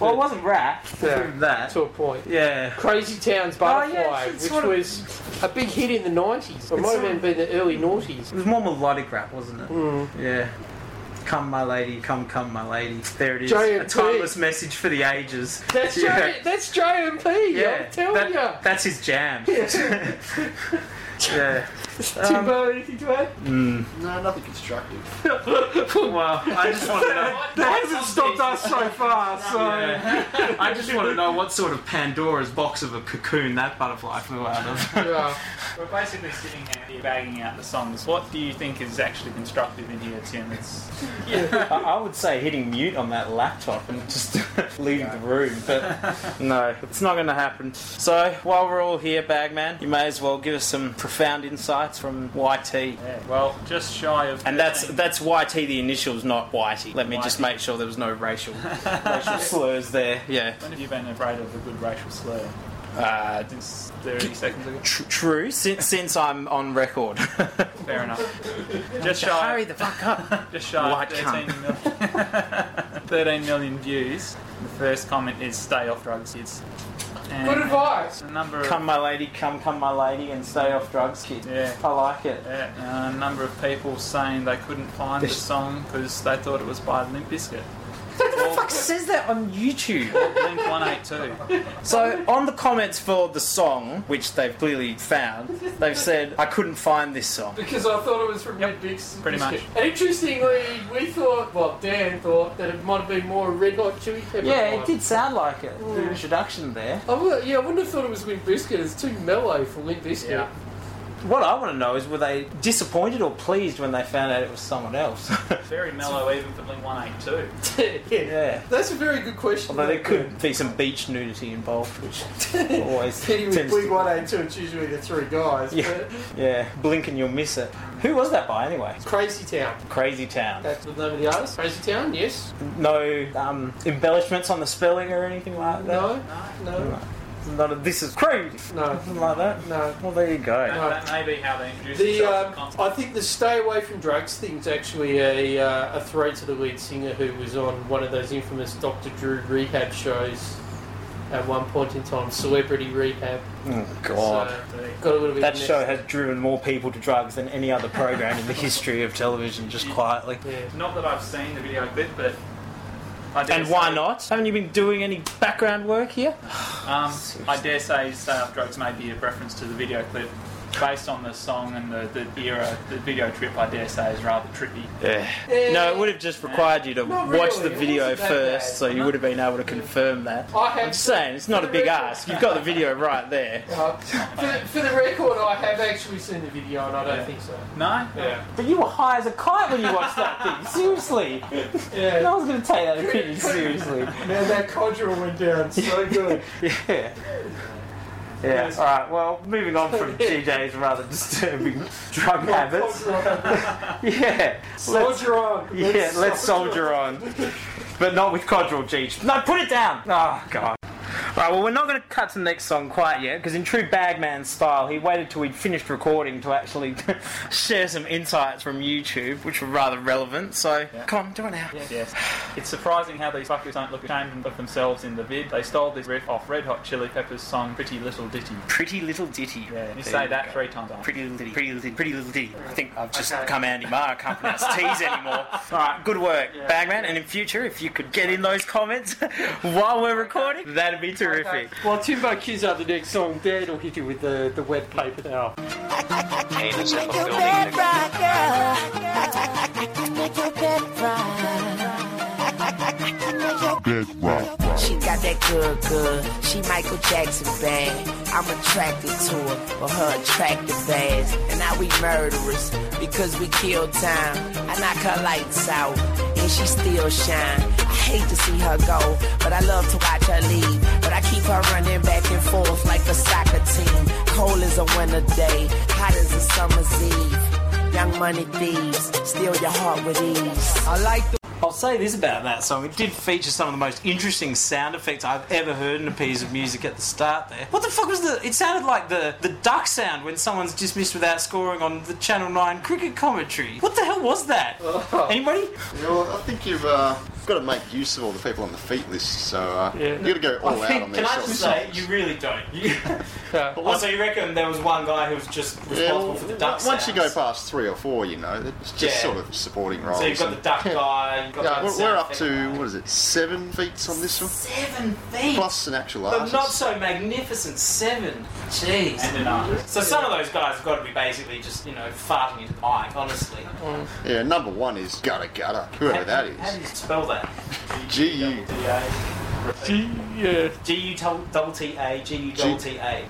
Speaker 1: well, it wasn't rap.
Speaker 2: Yeah.
Speaker 1: That.
Speaker 2: to a point.
Speaker 1: Yeah.
Speaker 2: Crazy Town's
Speaker 1: Oh,
Speaker 2: Butterfly,
Speaker 1: yeah, she
Speaker 2: which
Speaker 1: sort of-
Speaker 2: was a big hit in the 90s. It might have
Speaker 1: sort
Speaker 2: even
Speaker 1: of-
Speaker 2: been the early noughties.
Speaker 1: It was more melodic rap, wasn't it?
Speaker 16: Hmm.
Speaker 1: Yeah. Come, my lady, come, come, my lady. There it is.
Speaker 2: JMP.
Speaker 1: A timeless message for the ages.
Speaker 2: That's, J- that's JMP, I'm telling
Speaker 1: That- That's his jam. Um, yeah.
Speaker 2: you. Timbo, anything to add?
Speaker 3: No, nothing constructive.
Speaker 2: Well, I just want to know.
Speaker 16: That hasn't stopped us so far, so.
Speaker 2: Yeah. I just want to know what sort of Pandora's box of a cocoon that butterfly flew out of.
Speaker 1: Yeah.
Speaker 5: We're basically sitting here bagging out the songs. What do you think is actually constructive in here, Tim? It's
Speaker 2: I, I would say hitting mute on that laptop and just leaving the room, but no, it's not going to happen. So while we're all here, Bagman, you may as well give us some profound insights from YT.
Speaker 5: yeah, well, just shy of.
Speaker 2: And that's
Speaker 5: 13.
Speaker 2: that's YT the initials, not Whitey. Let me just
Speaker 5: Whitey.
Speaker 2: make sure there was no racial racial slurs there. Yeah,
Speaker 5: When have you been afraid of a good racial slur?
Speaker 2: uh,
Speaker 5: Since 30 seconds ago.
Speaker 2: tr- true. Since since I'm on record,
Speaker 5: Fair enough. Just shy.
Speaker 2: hurry the fuck up.
Speaker 5: Just shy
Speaker 2: White
Speaker 5: of 13 million, 13 million views. The first comment is stay off drugs, kids. And
Speaker 1: Good advice.
Speaker 5: A number of,
Speaker 2: Come, my lady, come, come, my lady, and stay off drugs, kid.
Speaker 5: Yeah.
Speaker 2: I like it.
Speaker 5: yeah, a number of people saying they couldn't find the song because they thought it was by Limp Bizkit.
Speaker 2: Who the fuck says that on YouTube?
Speaker 5: Blink 182.
Speaker 2: So on the comments for the song, which they've clearly found, they've said, "I couldn't find this song."
Speaker 1: Because I thought it was from Red Bix.
Speaker 5: pretty much.
Speaker 1: And interestingly, we thought, well, Dan thought that it might have been more Red Hot Chili Pepper. vibe.
Speaker 2: sound like it. The introduction there.
Speaker 1: I would, yeah, I wouldn't have thought it was Limp Biscuit. It's too mellow for Limp Biscuit.
Speaker 5: Yeah.
Speaker 2: What I want to know is, were they disappointed or pleased when they found out it was someone else?
Speaker 5: Very mellow even for Blink 182.
Speaker 2: yeah.
Speaker 1: That's a very good question.
Speaker 2: Although there could be some beach nudity involved, which always
Speaker 1: Hitting with
Speaker 2: tends
Speaker 1: Blink
Speaker 2: to.
Speaker 1: 182, it's usually the three guys.
Speaker 2: Yeah, yeah. Blink and you'll miss it. Who was that by anyway?
Speaker 1: But Crazy Town.
Speaker 2: Crazy Town.
Speaker 1: That's the name of the artist. Crazy Town, yes.
Speaker 2: No um, embellishments on the spelling or anything like that.
Speaker 1: No, no,
Speaker 2: Not a, this is crazy.
Speaker 1: no,
Speaker 2: Nothing like that.
Speaker 1: no.
Speaker 2: Well, there you go.
Speaker 5: That may be how they introduced
Speaker 1: The
Speaker 5: themselves to
Speaker 2: uh,
Speaker 1: um,
Speaker 5: concept.
Speaker 1: I think the stay away from drugs thing's actually a, uh, a threat to the lead singer who was on one of those infamous Dr. Drew rehab shows at one point in time, Celebrity Rehab.
Speaker 2: Oh God.
Speaker 1: So, got a little bit.
Speaker 2: That
Speaker 1: next-
Speaker 2: show has driven more people to drugs than any other program in the history of television, just quietly.
Speaker 1: Yeah.
Speaker 5: Not that I've seen the video clip, but. I dare
Speaker 2: And why
Speaker 5: say-
Speaker 2: not? Haven't you been doing any background work here?
Speaker 5: Um, I dare say Stay Off Drugs may be a reference to the video clip. Based on the song and the, the era, the video trip, I dare say, is rather trippy.
Speaker 2: Yeah. No, it would have just required you to
Speaker 1: Not
Speaker 2: watch
Speaker 1: really.
Speaker 2: the
Speaker 1: It
Speaker 2: video
Speaker 1: wasn't that
Speaker 2: first,
Speaker 1: bad.
Speaker 2: so you would have been able to confirm that.
Speaker 1: I
Speaker 2: I'm
Speaker 1: have
Speaker 2: saying it's not a big ask. You've got the video right there.
Speaker 1: Uh, for, for the record, I have actually seen the video, and I don't think so.
Speaker 5: No?
Speaker 1: Yeah.
Speaker 2: But you were high as a kite when you watched that thing. Seriously,
Speaker 1: Yeah.
Speaker 2: one's going to take that opinion seriously.
Speaker 1: Man, that codger went down so good.
Speaker 2: Yeah. Yeah. All right. Well, moving on from DJ's rather disturbing drug habits. Yeah. Let's,
Speaker 1: Soldier on.
Speaker 2: yeah. Let's soldier on, but not with Codral G. No, put it down. Oh God. All right. Well, we're not going to cut to the next song quite yet, because in true Bagman style, he waited till he'd finished recording to actually share some insights from YouTube, which were rather relevant. So, come on, do it now.
Speaker 5: Yes. It's surprising how these fuckers don't look ashamed of themselves in the vid. They stole this riff off Red Hot Chili Peppers' song Pretty Little Ditty.
Speaker 2: Pretty little ditty.
Speaker 5: Yeah, you
Speaker 2: There
Speaker 5: say
Speaker 2: you
Speaker 5: that
Speaker 2: go.
Speaker 5: three times.
Speaker 2: Pretty little, ditty, pretty little, ditty, pretty little ditty. I think I've just become Andy Marr. I can't pronounce T's anymore. All right, good work, Bagman. And in future, if you could get in those comments while we're recording, that'd be terrific.
Speaker 1: Well, Timbo cues out the next song. Dad will hit you with the, the wet paper towel.
Speaker 4: Make your bed right, girl. I can make your bed right. I can make your She got that good, good. She Michael Jackson bad. I'm attracted to her for her attractive ass. And now we murderers because we kill time. I knock her lights out and she still shine. I hate to see her go, but I love to watch her leave. But I keep her running back and forth like a soccer team. Cold as a winter day, hot as a summer's eve. Young money thieves, steal your heart with ease. I like the
Speaker 2: I'll say this about that song. It did feature some of the most interesting sound effects I've ever heard in a piece of music at the start there. What the fuck was the it sounded like the the duck sound when someone's dismissed without scoring on the Channel 9 cricket commentary. What the hell was that? Anybody?
Speaker 3: You know, I think you've uh, got got to make use of all the people on the feet list, so uh,
Speaker 2: Yeah.
Speaker 3: you got to go all out on these
Speaker 1: Can I
Speaker 3: sort of
Speaker 1: just say,
Speaker 3: songs.
Speaker 1: you really don't. You,
Speaker 2: Yeah.
Speaker 1: oh, so you reckon there was one guy who was just responsible
Speaker 3: Yeah, well,
Speaker 1: for the duck
Speaker 3: once you go
Speaker 1: sounds?
Speaker 3: past three or four, you know, it's just
Speaker 1: Yeah.
Speaker 3: sort of supporting roles.
Speaker 1: So you've got the
Speaker 3: and-
Speaker 1: duck guy. You've got
Speaker 3: Yeah,
Speaker 1: the
Speaker 3: we're,
Speaker 1: sound
Speaker 3: we're up
Speaker 1: effect
Speaker 3: to
Speaker 1: guy.
Speaker 3: what is it? Seven feats on this one,
Speaker 1: seven feet.
Speaker 3: plus an actual
Speaker 1: the
Speaker 3: artist.
Speaker 1: not so magnificent seven. Jeez.
Speaker 5: And an artist.
Speaker 1: So some of those guys have got to be basically just you know farting into the mic. Honestly,
Speaker 3: Yeah, number one is gutter gutter, whoever that
Speaker 1: How do
Speaker 3: is.
Speaker 1: you spell that?
Speaker 3: G U.
Speaker 2: Yeah.
Speaker 1: G U double T A G U double T A.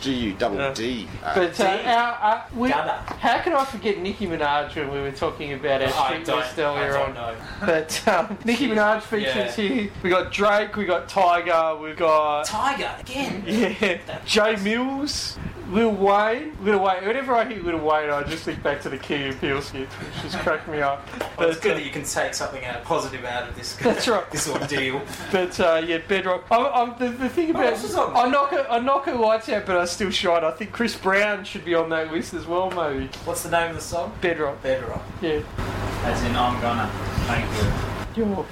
Speaker 3: G U double D. uh,
Speaker 2: But uh,
Speaker 1: Gee.
Speaker 2: our, uh, we,
Speaker 1: Gada.
Speaker 2: how could I forget Nicki Minaj when we were talking about our
Speaker 1: I
Speaker 2: street
Speaker 1: don't.
Speaker 2: list
Speaker 1: I
Speaker 2: earlier
Speaker 1: don't
Speaker 2: on?
Speaker 1: know.
Speaker 2: But um, Nicki Minaj features here. We got Drake, we got Tiger, we got
Speaker 1: Tiger again.
Speaker 2: yeah, Jay Mills, Lil Wayne, Lil Wayne. Whenever I hear Lil Wayne, I just think back to the Key and Peele skit, which just cracked me up.
Speaker 1: Well, it's
Speaker 2: But,
Speaker 1: good
Speaker 2: uh,
Speaker 1: that you can take something out positive out of this.
Speaker 2: That's right.
Speaker 1: This ordeal.
Speaker 2: But uh, yeah, Bedrock. I'm, I'm, the, the thing about
Speaker 1: Oh, this is on.
Speaker 2: I knock it, I knock her lights out, but I still shine. I think Chris Brown should be on that list as well, maybe.
Speaker 1: What's the name of the song?
Speaker 2: Bedrock.
Speaker 1: Bedrock.
Speaker 2: Yeah.
Speaker 5: As in, I'm gonna. Thank
Speaker 2: You're-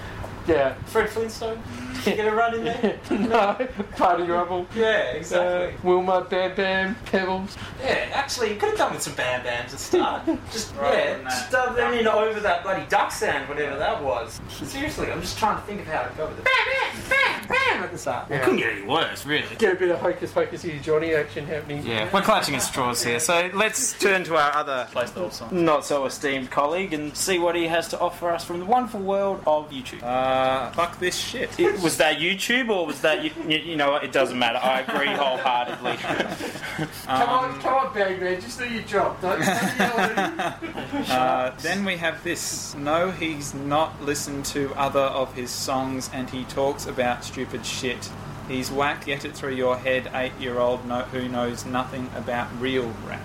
Speaker 2: Yeah.
Speaker 1: Fred Flintstone. Did you get a run in there?
Speaker 2: no. Party rubble.
Speaker 1: Yeah,
Speaker 2: Uh,
Speaker 1: exactly.
Speaker 2: Wilma, Bam Bam, Pebbles.
Speaker 1: Yeah, actually, you could have done with some bam bams at the start. Just
Speaker 5: Right,
Speaker 1: yeah,
Speaker 5: wouldn't
Speaker 1: just
Speaker 5: that-
Speaker 1: dub them in over that bloody duck sound, whatever that was. Seriously, I'm just trying to think of how to go with it. Bam, bam, bam, bam at the start.
Speaker 2: Yeah.
Speaker 1: get any worse, really.
Speaker 2: Get a bit of hocus pocus here, Johnny action happening.
Speaker 1: Yeah.
Speaker 6: We're clutching at straws here, so let's turn to our other
Speaker 5: you. Place the whole song.
Speaker 6: not so esteemed colleague and see what he has to offer us from the wonderful world of YouTube.
Speaker 5: Uh, fuck this shit.
Speaker 6: It- was that YouTube or was that you, you, you know what? It doesn't matter. I agree wholeheartedly.
Speaker 2: Come on, come on, bag man, just do your job. Don't, don't yell at him.
Speaker 5: Uh, then we have this. No, he's not listened to other of his songs, and he talks about stupid shit. He's whack. Get it through your head, eight-year-old no, who knows nothing about real rap.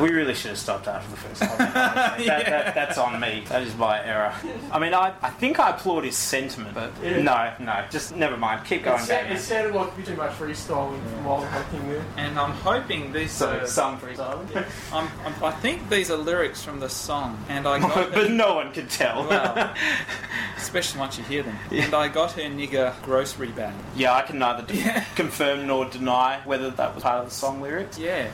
Speaker 6: We really should have stopped after the first time. that, that, that's on me. That is my error. I mean, I, I think I applaud his sentiment, but no, no, just never mind. Keep
Speaker 2: It,
Speaker 6: going
Speaker 2: sa-
Speaker 6: back.
Speaker 2: it sounded like a bit too much freestyling
Speaker 6: Mm.
Speaker 2: from all the thing there.
Speaker 5: And I'm hoping these
Speaker 6: So,
Speaker 5: are.
Speaker 6: some for
Speaker 5: I'm, I'm, I think these are lyrics from the song, and I got
Speaker 6: but no one can tell.
Speaker 5: Well, especially once you hear them. And I got her nigger grocery bag.
Speaker 6: yeah, I can neither de-
Speaker 5: Yeah.
Speaker 6: confirm nor deny whether that was part of the song lyrics.
Speaker 5: Yeah.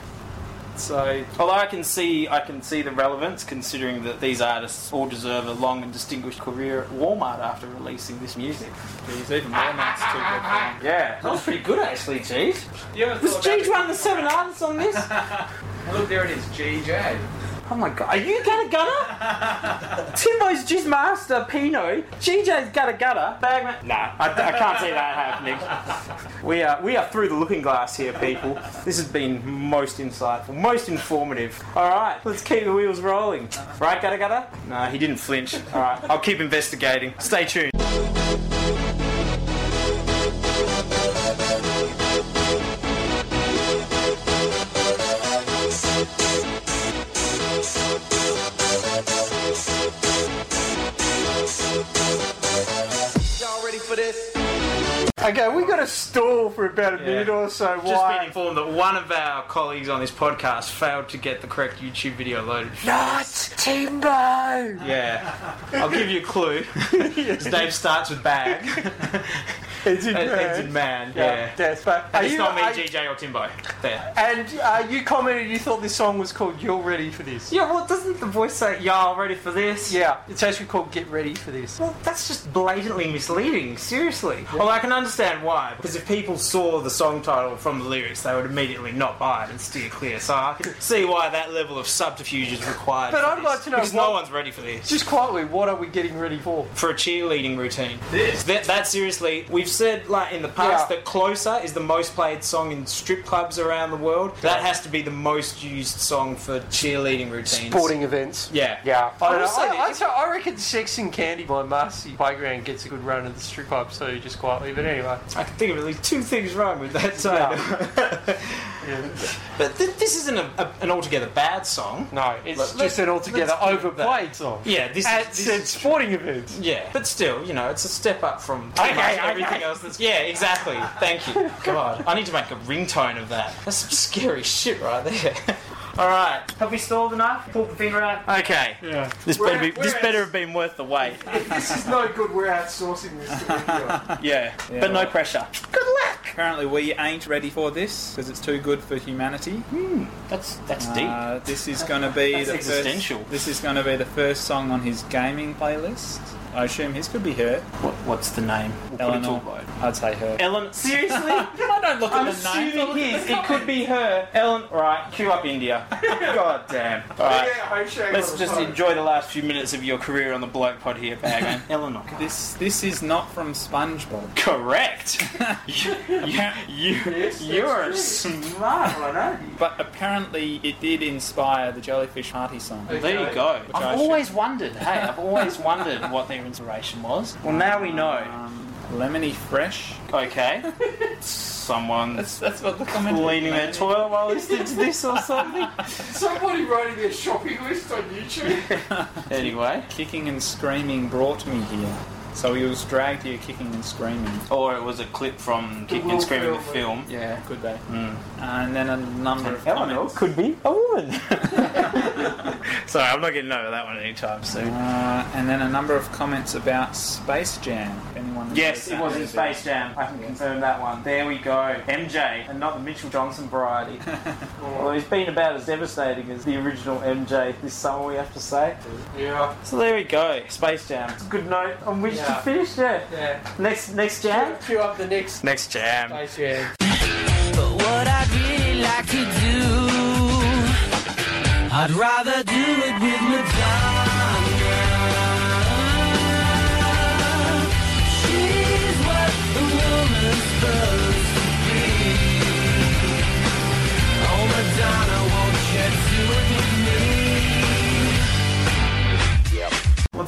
Speaker 5: So
Speaker 6: Although I can see, I can see the relevance, considering that these artists all deserve a long and distinguished career at Walmart after releasing this music.
Speaker 5: there's even more nuts to good thing.
Speaker 6: Yeah, that was pretty good actually, Jeez.
Speaker 5: You ever
Speaker 6: Was
Speaker 5: thought about
Speaker 6: Jeez one of the seven artists on this?
Speaker 5: it? Look, there it is, GJ.
Speaker 6: Oh my god, are you gonna gutter? Timbo's Jizz Master Pino, GJ's gutter gutter, Bagman. Nah, I, I can't see that happening. We are we are through the looking glass here, people. This has been most insightful, most informative. All right, let's keep the wheels rolling. Right, gutter gutter? No, he didn't flinch. All right, I'll keep investigating. Stay tuned.
Speaker 2: Okay, we got to stall for about a minute or so.
Speaker 1: Just
Speaker 2: Why?
Speaker 1: been informed that one of our colleagues on this podcast failed to get the correct YouTube video loaded.
Speaker 6: Not Timbo.
Speaker 1: Yeah, I'll give you a clue. His name starts with bag.
Speaker 2: It's in
Speaker 1: It ends in
Speaker 2: man.
Speaker 1: man. Yeah.
Speaker 2: Yes, but are
Speaker 1: It's
Speaker 2: you,
Speaker 1: not me,
Speaker 2: are-
Speaker 1: GJ or Timbo. There.
Speaker 2: And uh, you commented you thought this song was called "You're Ready for This."
Speaker 1: Yeah, well, doesn't the voice say, y'all ready for this?
Speaker 2: Yeah, it's actually called "Get Ready for This."
Speaker 1: Well, that's just blatantly misleading, seriously. Although I can understand why, because if people saw the song title from the lyrics, they would immediately not buy it and steer clear. So I can see why that level of subterfuge is required.
Speaker 2: But
Speaker 1: for
Speaker 2: I'd
Speaker 1: this,
Speaker 2: like to know
Speaker 1: Because
Speaker 2: what-
Speaker 1: no one's ready for this.
Speaker 2: Just quietly, what are we getting ready for?
Speaker 1: For a cheerleading routine. That, that seriously, we've said like in the past
Speaker 2: Yeah.
Speaker 1: that "Closer" is the most played song in strip clubs around the world. That has to be the most used song for cheerleading routines.
Speaker 2: Sporting events.
Speaker 1: Yeah.
Speaker 2: Yeah, I, don't know.
Speaker 1: Also,
Speaker 2: I, I,
Speaker 1: if-
Speaker 2: so I reckon Sex and Candy by Marcy Playground gets a good run at the strip club, so just quietly. But anyway,
Speaker 1: I can think of at least two things wrong with that song.
Speaker 2: yeah.
Speaker 1: But th- this isn't a, a, an altogether bad song.
Speaker 2: no, it's
Speaker 1: Let-
Speaker 2: just an altogether overplayed song.
Speaker 1: Yeah, this is.
Speaker 2: At
Speaker 1: This
Speaker 2: said
Speaker 1: is
Speaker 2: sporting events.
Speaker 1: yeah, but still, you know, it's a step up from pretty
Speaker 2: Okay,
Speaker 1: much
Speaker 2: okay.
Speaker 1: everything else. That's yeah, exactly. Thank you. God, I need to make a ringtone of that. That's some scary shit right there.
Speaker 2: All right.
Speaker 17: Have we stole the knife? Pulled the finger out?
Speaker 2: Okay.
Speaker 1: Yeah.
Speaker 2: This
Speaker 1: We're-
Speaker 2: better be, this
Speaker 1: we're-
Speaker 2: better have been worth the wait.
Speaker 1: If this is no good, we're outsourcing this to India.
Speaker 2: Yeah. but no pressure.
Speaker 5: Apparently, we ain't ready for this because it's too good for humanity.
Speaker 2: That's that's deep.
Speaker 5: Uh, this is going to be
Speaker 2: That's
Speaker 5: the
Speaker 2: existential.
Speaker 5: First, this is going to be the first song on his gaming playlist. I assume his could be her.
Speaker 2: What, what's the name? We'll
Speaker 5: Eleanor. I'd say her.
Speaker 2: Ellen, seriously? I don't look at the name. I'm his. It could be her. Ellen, all right, queue up India. God damn. All right,
Speaker 1: Yeah, home shake
Speaker 2: let's
Speaker 1: on the
Speaker 2: just
Speaker 1: phone.
Speaker 2: enjoy the last few minutes of your career on the bloke pod here, Bagman. Eleanor.
Speaker 5: This this is not from SpongeBob.
Speaker 2: Correct. you, you,
Speaker 1: Yes,
Speaker 2: you're
Speaker 1: that's
Speaker 2: smart, I know.
Speaker 5: But apparently, it did inspire the Jellyfish Party song.
Speaker 18: Okay.
Speaker 2: There you go.
Speaker 5: Which I
Speaker 2: I've
Speaker 5: should-
Speaker 2: always wondered. Hey, I've always wondered what their inspiration was. Well, now we know.
Speaker 5: Um, Lemony Fresh.
Speaker 2: Okay. Someone
Speaker 5: That's that's what the comment.
Speaker 2: cleaning their toilet while listening to this or something.
Speaker 1: Somebody writing their shopping list on YouTube.
Speaker 2: Anyway,
Speaker 5: Kicking and screaming brought me here. So he was dragged here kicking and screaming.
Speaker 2: or it was a clip from Kicking
Speaker 1: Will
Speaker 2: and Screaming the
Speaker 1: Ferrell
Speaker 2: film.
Speaker 5: Yeah, could they?
Speaker 2: Hmm.
Speaker 5: And then a number of
Speaker 2: Eleanor
Speaker 5: comments.
Speaker 2: could be a woman. Sorry, I'm not getting over that one anytime soon.
Speaker 5: Uh, and then a number of comments about Space Jam. If Anyone? knows
Speaker 2: Yes,
Speaker 5: that
Speaker 2: it was in
Speaker 5: movie.
Speaker 2: Space Jam. I can confirm that one. There we go. MJ, and not the Mitchell Johnson variety. Although he's been about as devastating as the original MJ this summer, we have to say.
Speaker 1: Yeah.
Speaker 2: So there we go. Space Jam. It's a good note on which to
Speaker 18: Yeah.
Speaker 2: finish there.
Speaker 18: Yeah.
Speaker 2: Next, next jam.
Speaker 18: Cue up the next
Speaker 2: Next jam.
Speaker 18: Space Jam.
Speaker 19: But what I'd really like to do, I'd rather do it with Madonna. She's what a woman's supposed to be. Oh, Madonna, won't you do it with me?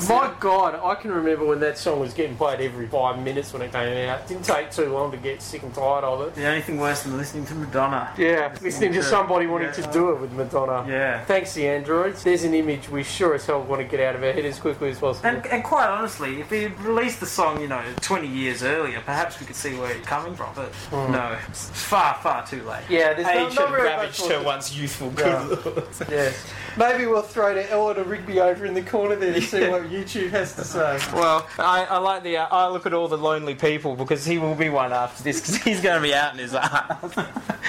Speaker 18: My God, I can remember when that song was getting played every five minutes when it came out. didn't take too long to get sick and tired of it.
Speaker 2: The only thing worse than listening to Madonna.
Speaker 18: Yeah, listening to somebody wanting to do it with Madonna.
Speaker 2: Yeah.
Speaker 18: Thanks, the androids. There's an image we sure as hell want to get out of our head as quickly as possible.
Speaker 2: And, and quite honestly, if he had released the song, you know, 20 years earlier, perhaps we could see where it's coming from. But no, it's far, far too late.
Speaker 18: yeah, there's not,
Speaker 2: Age
Speaker 18: not
Speaker 2: had
Speaker 18: very
Speaker 2: ravaged
Speaker 18: much
Speaker 2: her
Speaker 18: more-
Speaker 2: once youthful good
Speaker 18: Yeah. Yes. Maybe we'll throw to Eleanor Rigby over in the corner there to see what YouTube has to say.
Speaker 2: Well, I, I like the. Uh, I look at all the lonely people because he will be one after this because he's going to be out in his ass.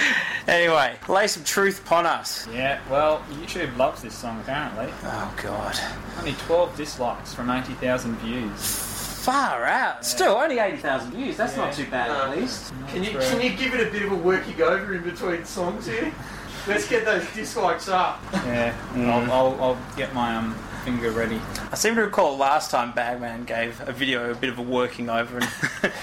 Speaker 2: anyway, lay some truth upon us.
Speaker 5: Yeah, well, YouTube loves this song apparently.
Speaker 2: Oh God,
Speaker 5: Only 12 dislikes from 80,000 views.
Speaker 2: far out. Still only eighty thousand views. That's
Speaker 5: Yeah.
Speaker 2: not too bad
Speaker 1: No.
Speaker 2: at least.
Speaker 1: Can you can you give it a bit of a working over in between songs here? Let's get those dislikes up.
Speaker 5: Yeah, I'll, I'll, I'll get my um, finger ready.
Speaker 2: I seem to recall last time Bagman gave a video a bit of a working over and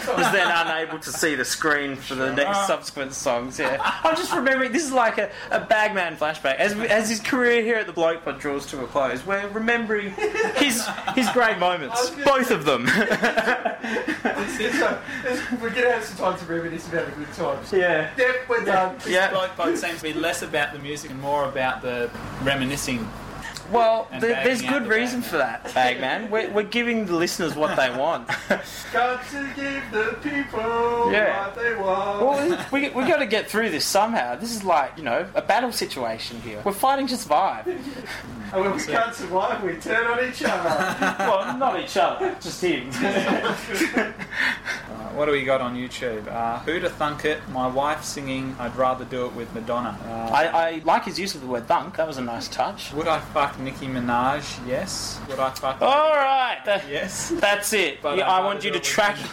Speaker 2: was then unable to see the screen for the next subsequent songs. Yeah, I'm just remembering this is like a, a Bagman flashback as we- as his career here at the Bloke Pod draws to a close. We're remembering his his great moments, both of them.
Speaker 1: So, let's- we're gonna have some time to reminisce about the good times.
Speaker 2: yeah.
Speaker 1: Yep, we're done.
Speaker 2: Yeah.
Speaker 5: Bloke Pod seems to be less about the music and more about the reminiscing.
Speaker 2: Well,
Speaker 5: And
Speaker 2: there, there's
Speaker 5: bagging out
Speaker 2: good
Speaker 5: the
Speaker 2: reason
Speaker 5: Bagman.
Speaker 2: for that, Bagman. We're, we're giving the listeners what they want.
Speaker 1: Got to give the people
Speaker 2: Yeah.
Speaker 1: what they want.
Speaker 2: Well, we we got to get through this somehow. This is like you know a battle situation here. We're fighting to survive.
Speaker 1: and when we can't survive, we turn on each other.
Speaker 2: well, not each other, just him.
Speaker 5: Uh, what do we got on YouTube? Uh, Who'da Thunk It? My wife singing I'd Rather Do It With Madonna.
Speaker 2: I, I like his use of the word thunk. That was a nice touch.
Speaker 5: Uh, would I fuck Nicki Minaj? Yes. Would I fuck.
Speaker 2: All right. tha-
Speaker 5: Yes.
Speaker 2: That's it.
Speaker 5: But
Speaker 2: Yeah,
Speaker 5: I'd
Speaker 2: I
Speaker 5: rather
Speaker 2: want you to
Speaker 5: do it with
Speaker 2: track track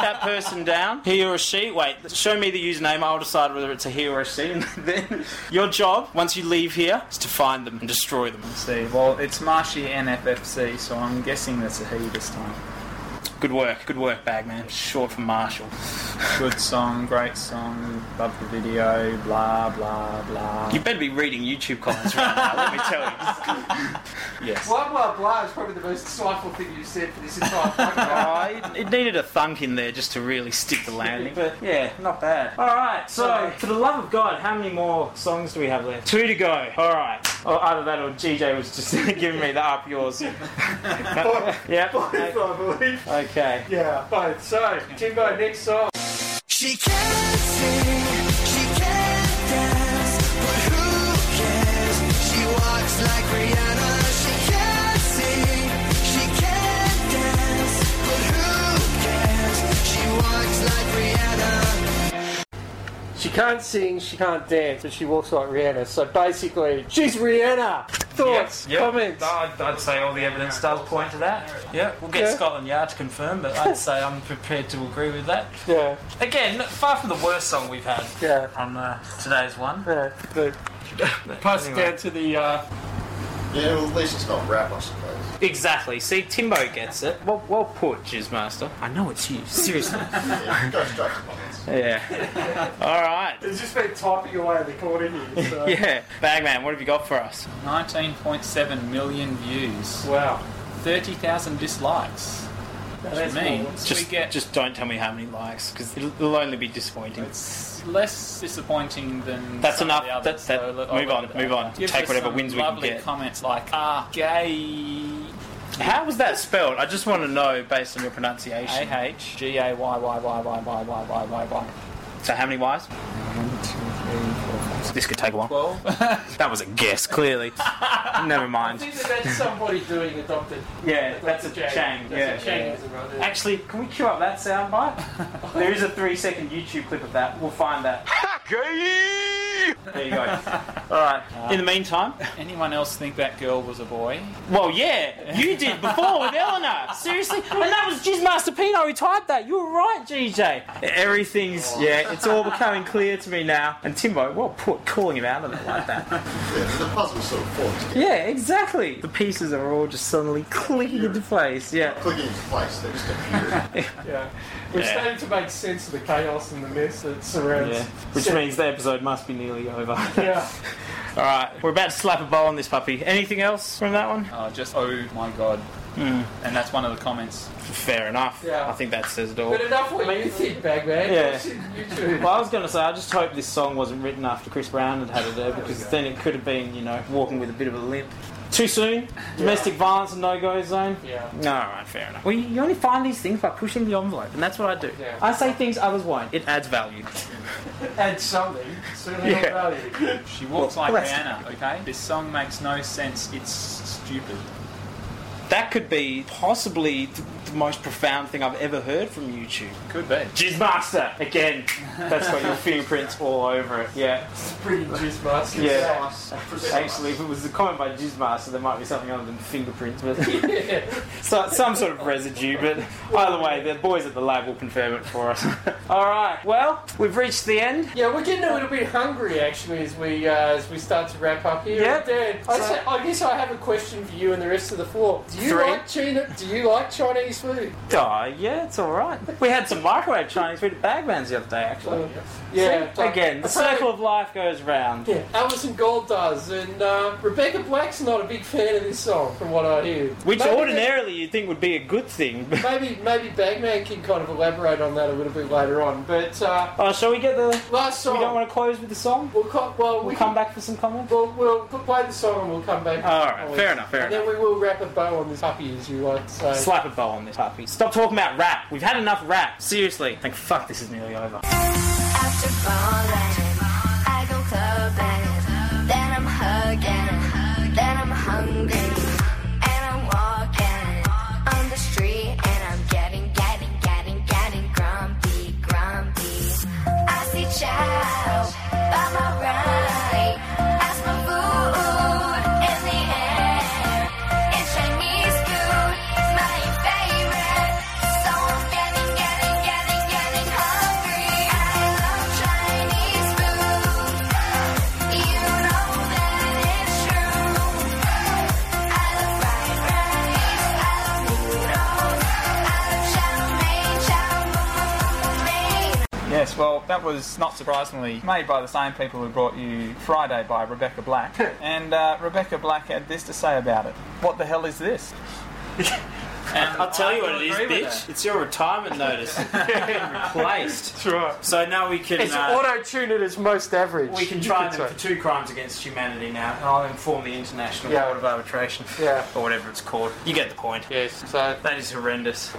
Speaker 2: that person down. He or she. Wait, show me the username. I'll decide whether it's a he or a she. And then your job, once you leave here, is to find them and destroy them.
Speaker 5: Let's see. Well, it's Marshy NFFC, so I'm guessing that's a he this time.
Speaker 2: Good work. Good work, Bagman. Short for Marshall.
Speaker 5: Good song, great song, love the video, blah, blah, blah.
Speaker 2: You better be reading YouTube comments right now. let me tell you.
Speaker 5: Yes.
Speaker 1: blah blah blah is probably the most insightful thing you've said for this entire podcast.
Speaker 2: Oh, it, it needed a thunk in there just to really stick the landing. But yeah, not bad. All right. So, for the love of God, how many more songs do we have left? Two to go. All right. Or either that, or GJ was just giving me the up yours. yep.
Speaker 1: If I believe.
Speaker 2: Okay.
Speaker 1: Yeah, both. So, Timbo, next song.
Speaker 11: She can't sing, she can't dance, but who cares?
Speaker 6: can't sing, she can't dance, but she walks like Rihanna. So basically, she's Rihanna. Thoughts,
Speaker 20: Yep.
Speaker 6: comments.
Speaker 20: I'd, I'd say all the evidence does point to that. Yeah, we'll get
Speaker 6: Yeah.
Speaker 20: Scotland Yard to confirm, but I'd say I'm prepared to agree with that.
Speaker 6: Yeah,
Speaker 20: Again, far from the worst song we've had
Speaker 6: yeah,
Speaker 20: on uh, today's one.
Speaker 6: yeah. But
Speaker 20: Pass
Speaker 6: down to the uh,
Speaker 3: Yeah, well, at least it's not rap, I suppose.
Speaker 2: Exactly. See, Timbo gets it. Well, well put, Jizzmaster. I know it's you. Seriously.
Speaker 3: Yeah, go straight to comments.
Speaker 2: yeah. All right.
Speaker 6: it's just been typing away in the corner here. So.
Speaker 2: Yeah. Bagman, what have you got for us?
Speaker 5: 19.7 million views,
Speaker 6: Wow,
Speaker 5: 30,000 dislikes.
Speaker 6: that's
Speaker 5: Which means
Speaker 6: more.
Speaker 5: we
Speaker 2: Just,
Speaker 5: get
Speaker 2: just don't tell me how many likes, because it'll, it'll only be disappointing.
Speaker 5: It's less disappointing than
Speaker 2: That's
Speaker 5: some
Speaker 2: enough.
Speaker 5: Of the
Speaker 2: That's-
Speaker 5: others,
Speaker 2: that-
Speaker 5: so let-
Speaker 2: move
Speaker 5: I'll
Speaker 2: on,
Speaker 5: leave it
Speaker 2: move
Speaker 5: at
Speaker 2: on.
Speaker 5: that. Give
Speaker 2: Take
Speaker 5: us
Speaker 2: whatever
Speaker 5: some
Speaker 2: wins we can
Speaker 5: lovely
Speaker 2: get.
Speaker 5: Comments like ah gay
Speaker 2: How was that spelled? I just want to know based on your pronunciation.
Speaker 5: a h g a y y y y y y y y y.
Speaker 2: So how many Ys? This could take a while.
Speaker 5: Well,
Speaker 2: That was a guess, clearly. Never
Speaker 1: I
Speaker 2: mind.
Speaker 1: think that that's somebody doing a Dr.
Speaker 21: Yeah,
Speaker 1: Dr. Jane. That's a Jane, isn't it?
Speaker 21: Actually, can we queue up that soundbite? there is a three-second YouTube clip of that. We'll find that. there you go.
Speaker 2: In the meantime,
Speaker 5: anyone else think that girl was a boy?
Speaker 2: well, yeah, you did before with Eleanor. Seriously, and that was Jizzmaster Pino who typed that. You were right, GJ. Everything's yeah, it's all becoming clear to me now. And Timbo, well put, calling him out on it like that.
Speaker 3: Yeah, the puzzle sort of formed together.
Speaker 2: Yeah, exactly. The pieces are all just suddenly clicking into place. Yeah.
Speaker 3: Clicking into place, they're just appearing.
Speaker 6: yeah. We're
Speaker 2: Yeah.
Speaker 6: starting to make sense of the chaos and the mess that surrounds.
Speaker 2: Yeah. Which means the episode must be nearly over. All
Speaker 6: Yeah.
Speaker 2: right, we're about to slap a bow on this puppy. Anything else from that one?
Speaker 5: Oh, just oh my god. And that's one of the comments.
Speaker 2: Fair enough.
Speaker 1: Yeah.
Speaker 2: I think that says it all.
Speaker 1: But enough what you think, Bagman.
Speaker 2: Yeah.
Speaker 1: What should you do?
Speaker 2: Well, I was going to say, I just hope this song wasn't written after Chris Brown had had it there, because then it could have been, you know, walking with a bit of a limp. Too soon? Domestic violence and no-go zone?
Speaker 1: Yeah.
Speaker 2: No, alright, fair enough. Well, you you only find these things by pushing the envelope, and that's what I do.
Speaker 1: Yeah.
Speaker 2: I say things others won't. It adds value.
Speaker 6: Add something. Certainly not
Speaker 2: Yeah.
Speaker 6: value.
Speaker 5: She walks like
Speaker 2: that's-
Speaker 5: Rihanna. Okay, this song makes no sense. It's stupid.
Speaker 2: That could be possibly th- the most profound thing I've ever heard from YouTube.
Speaker 5: Could be.
Speaker 2: Jizzmaster! Again, that's got your fingerprints all over it. Yeah.
Speaker 1: Pretty juice basket.
Speaker 2: Yeah.
Speaker 3: Nice.
Speaker 2: Actually, if it was a comment by Jizzmaster, there might be something other than fingerprints, but
Speaker 1: Yeah.
Speaker 2: so, some sort of residue. But either way, the boys at the lab will confirm it for us. All right. Well, we've reached the end.
Speaker 1: Yeah, we're getting a little bit hungry actually as we uh, as we start to wrap up here.
Speaker 2: Yeah.
Speaker 1: Dan, I,
Speaker 2: So-
Speaker 1: say- I guess I have a question for you and the rest of the floor. Do you
Speaker 2: Three.
Speaker 1: like China? Do you like Chinese food?
Speaker 2: Oh, yeah, it's all right. We had some microwave Chinese food at Bagman's the other day, actually.
Speaker 1: Uh, yeah.
Speaker 2: See? Again, the circle of life goes round.
Speaker 1: Yeah, Alison Gold does, and uh, Rebecca Black's not a big fan of this song, from what I hear.
Speaker 2: Which
Speaker 1: Maybe-
Speaker 2: ordinarily you'd think would be a good thing. but-
Speaker 1: Maybe maybe Bagman can kind of elaborate on that a little bit later on. But uh,
Speaker 2: Oh, shall we get the.
Speaker 1: last song,
Speaker 2: We don't want to close with the song?
Speaker 1: we'll, co- well, we
Speaker 2: We'll
Speaker 1: can-
Speaker 2: come back for some comments?
Speaker 1: We'll, we'll play the song and we'll come back.
Speaker 2: All right, fair enough, fair
Speaker 1: and then we will wrap a bow on this puppy, as you like to say.
Speaker 2: Slap a bow on this puppy. Stop talking about rap. We've had enough rap. Seriously. Thank fuck this is nearly over.
Speaker 7: After falling, I go clubbing. Then I'm hugging. Then I'm hungry. And I'm walking on the street. And I'm getting, getting, getting, getting grumpy, grumpy. I see child by my right. I smell food in the air. It's Chinese food, my favorite. So I'm getting, getting, getting, getting hungry. I love Chinese food. You know that it's true. I love fried rice. I love noodles. I love chow mein, chow mein.
Speaker 5: Yes, well, that was not surprisingly made by the same people who brought you Friday by Rebecca Black. and uh, Rebecca Black had this to say about it What the hell is this? And
Speaker 2: I'll tell you
Speaker 5: I
Speaker 2: what it is,
Speaker 5: agree with
Speaker 2: bitch. It's your retirement notice. Replaced.
Speaker 6: That's right.
Speaker 2: So now we can
Speaker 6: It's
Speaker 2: uh,
Speaker 6: auto tuned at its most average.
Speaker 2: we can try them
Speaker 6: say.
Speaker 2: for two crimes against humanity now, and I'll inform the International
Speaker 6: Yeah.
Speaker 2: Court of Arbitration
Speaker 6: Yeah.
Speaker 2: or whatever it's called. You get the point.
Speaker 1: Yes, so
Speaker 2: That is horrendous.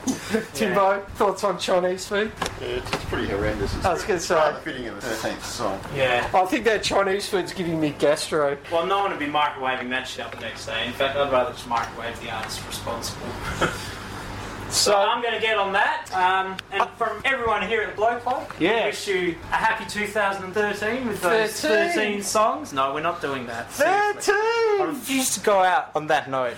Speaker 6: Timbo, thoughts on Chinese food?
Speaker 3: Yeah, it's, it's pretty horrendous. It's
Speaker 6: I was gonna say.
Speaker 3: rather fitting in the 13th song.
Speaker 2: Yeah.
Speaker 6: I think that Chinese food's giving me gastro.
Speaker 2: Well, no one would be microwaving that shit up the next day. In fact, I'd rather just microwave the artist responsible. So I'm going to get on that. Um, and from everyone here at the Blow Club,
Speaker 22: Yeah.
Speaker 2: we wish you a happy 2013 with those 13,
Speaker 1: Thirteen.
Speaker 2: songs. No, we're not doing that. Seriously.
Speaker 22: I
Speaker 2: refuse to go out on that note.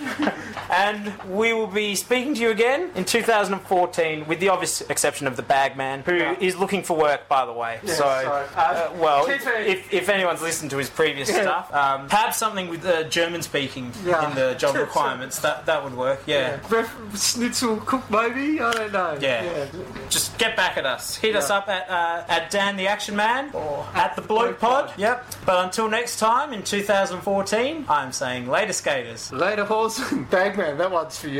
Speaker 2: and we will be speaking to you again in 2014, with the obvious exception of the Bagman, who is looking for work, by the way. so,
Speaker 1: sorry. Uh,
Speaker 2: uh, well,
Speaker 1: keep it-
Speaker 2: if, if anyone's listened to his previous stuff, um, have something with uh, German speaking
Speaker 1: Yeah.
Speaker 2: in the job requirements. That that would work. Yeah.
Speaker 1: Ref- schnitzel cook maybe? I don't know.
Speaker 2: Yeah. Just get back at us. Hit us up at uh, at Dan the Action Man or at the Bloke Pod. Yep. But until next time in 2014, I'm saying later skaters.
Speaker 1: Later, horse. Bagman, that one's for you.